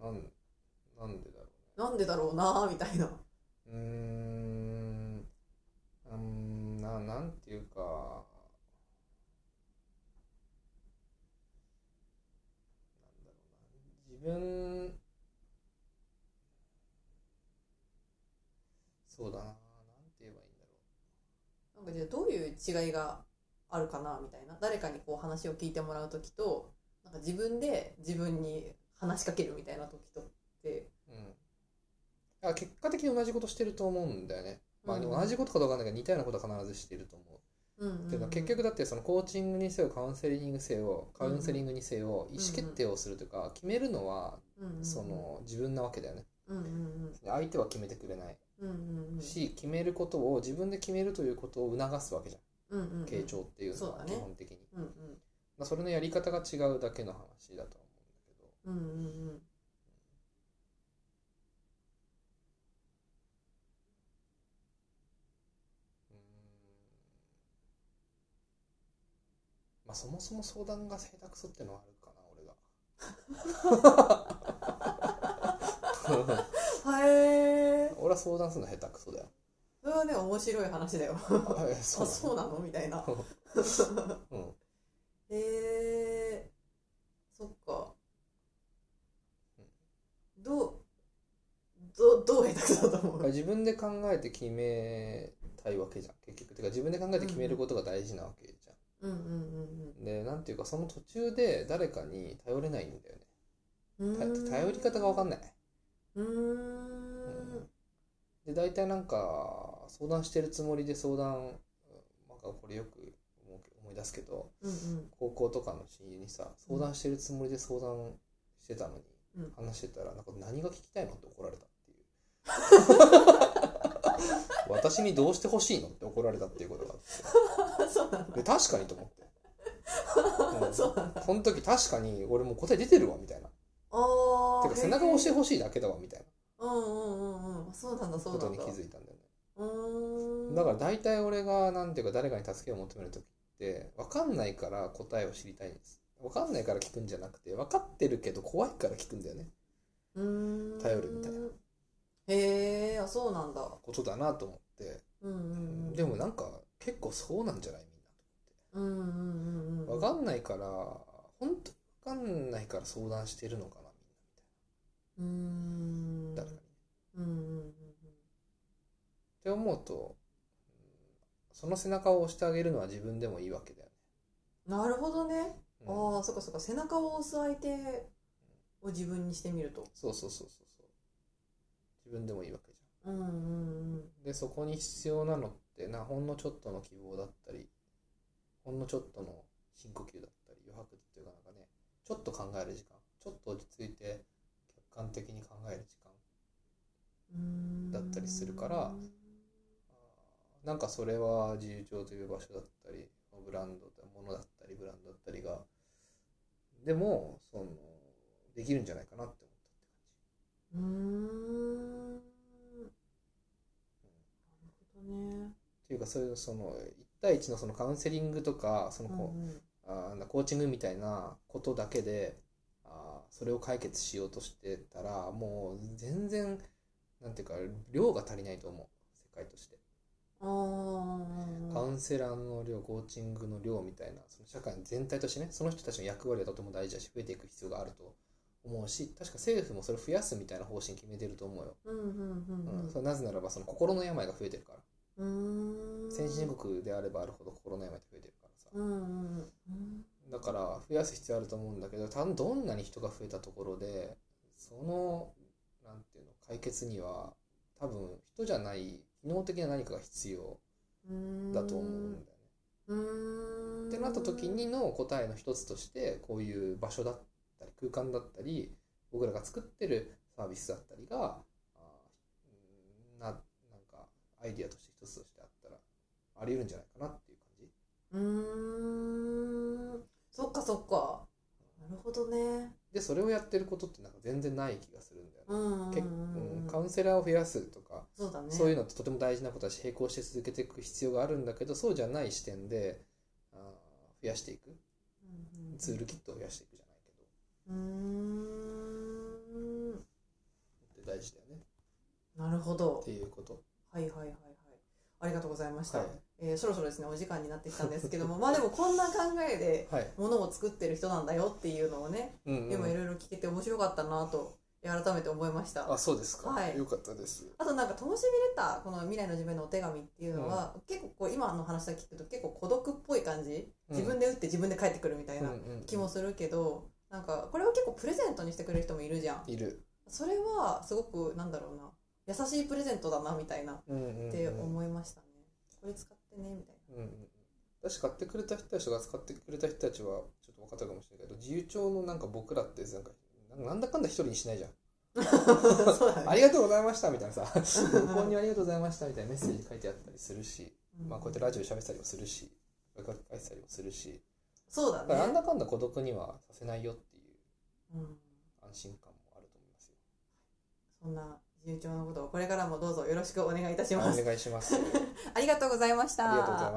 なん、なんでだろう。なんでだろうなみたいな。うーん、うーんな、なんていうか、なんだろうな、自分、そうだな、なんて言えばいいんだなろんかじゃあどういう違いがあるかなみたいな誰かにこう話を聞いてもらう時となんか自分で自分に話しかけるみたいな時とってう。うん。あ、結果的に同じことしてると思うんだよね。まあ、うん同じことかどうかわかんないけど、似たようなことは必ずしてると思う。うんっていうのは結局だってそのコーチングにせよカウンセリングにせよカウンセリングにせよ意思決定をするというか決めるのはその自分なわけだよねうんうん相手は決めてくれないうんうんうんし決めることを自分で決めるということを促すわけじゃうんうんうんん傾聴っていうのそうはだ基ね本的にうんまあそれのやり方が違うだけの話だとはうんうんうんうん思うんだけどうーんまあそもそも相談が下手くそってのはあるかな俺が *laughs* へえ俺は相談するの下手くそ *laughs* だよそれはね面白い話だよあえあそそううなのみたい *laughs* ななのへえそっかどうどどう下手くそだと思うんう自分で考えて決めたいわけじゃん結局てか自分で考えて決めることが大事なわけじゃうんんうんでなんていうかその途中で誰かに頼れないんだよねうんうんうーんた頼り方が分かんない、うーうんんで大体なんか相談してるつもりで相談うんなんかこれよく思うけ思い出すけどうんうん高校とかの親友にさ相談してるつもりで相談してたのうに、ん話してたらなんか何が聞きたいのって怒られたっていう *laughs* 私にどうしてほしいのって怒られたっていうことがあっあ *laughs* そうなんだてで確かにと思って、う *laughs* んそうなんだその時確かに俺もう答え出てるわみたいなあてあか背中を押しててほしいだけだわみたいなうんうんうんうんそうなんだそうこなとんにだ気づいたんだよねうーんだから大体俺がなんていうか誰かに助けを求める時って分かんないから答えを知りたいんです分かんないから聞くんじゃなくて分かってるけど怖いから聞くんだよねうーん頼るみたいなへえあそうなんだことだなと思って、うんうんうんでもなんか結構そうなんじゃないうんうんうんうんみんな分かんないから本当に分かんないから相談してるのかなうーんみんなみたいな誰かにっうんうんうんて思うとうんその背中を押してあげるのは自分でもいいわけだよねうんなるほどねうんああそっかそっか背中を押す相手を自分にしてみるとそうそうそうそうそう自分でもいいわけじゃんうんうんうんでそこに必要なのってなほんのちょっとの希望だったりほんのちょっとの深呼吸だったり余白っていうかなんかねちょっと考える時間ちょっと落ち着いて客観的に考える時間うーんだったりするからあーなんかそれは自由帳という場所だったりブランドものだったりブランドだったりがでもそのできるんじゃないかなってう思ったってーんなるほどね感じっていうかそういうその1対1のそのカウンセリングとかそのこう、うんうんあーなんだコーチングみたいなことだけであーそれを解決しようとしてたらもう全然なんていうか量が足りないと思う世界としてあーカウンセラーの量コーチングの量みたいなその社会全体としてねその人たちの役割はとても大事だし増えていく必要があると思うし確か政府もそれを増やすみたいな方針決めてると思うよ、うんうんううんうんそれなぜならばその心の病が増えてるからうーん先進国であればあるほど心の病って増えてるからさうんうんうんだから増やす必要あると思うんだけど多分どんなに人が増えたところでそのなんていうの解決には多分人じゃない機能的な何かが必要うーんだと思うんだよね。うーんってなった時にの答えの一つとしてこういう場所だったり空間だったり僕らが作ってるサービスだったりがあーななんかアイディアとして一つとしてあったらあり得るんじゃないかなっていう感じ。うーんそっかそっかなるほどねでそれをやってることってなんか全然ない気がするんだよね。うんうん結うんうんカウンセラーを増やすとか、そうだねそういううのってとても大事なことだし並行して続けていく必要があるんだけどそうじゃない視点であー増やしていくんうんツールキットを増やしていくじゃないけうーんどって大事だよねなるほどっていうことはいはいはいはいありがとうございました、はいえーそろそろですねお時間になってきたんですけども *laughs* まあでもこんな考えではい、ものを作ってる人なんだよっていうのをねうんう今いん、ろいろ聞けて面白かったなと改めて思いましたあそうですか、はいよかったですあとなんか「ともしびレター」この「未来の自分へのお手紙」っていうのは、結構こう今の話だけ聞くと結構孤独っぽい感じうん自分で打って自分で帰ってくるみたいうんなうん気もするけど、なんかこれを結構プレゼントにしてくれる人もいるじゃんいる、それはすごくなんだろうな優しいプレゼントだなみたいなっうんうんうんて思いましたね、これ使ってねみたいうんうんだし買ってくれた人たちが使ってくれた人たちはちょっと分かったかもしれないけど自由帳のなんか僕らってなんかなんだかんだ一人にしないじゃんな *laughs* そうだあねりがとうございましたみたいな *laughs* さ向こうにありがとうございましたみたいなメッセージ書いてあったりするし、まあ、こうやってラジオで喋ったりもするし書いてたりもするしそうだだからなんね、だかんだ孤独にはさせないよっていううん、安心感もあると思いますよそんな重長のことをこれからもどうぞよろしくお願いいたしますお願いしますありありがとうございましたがとうございました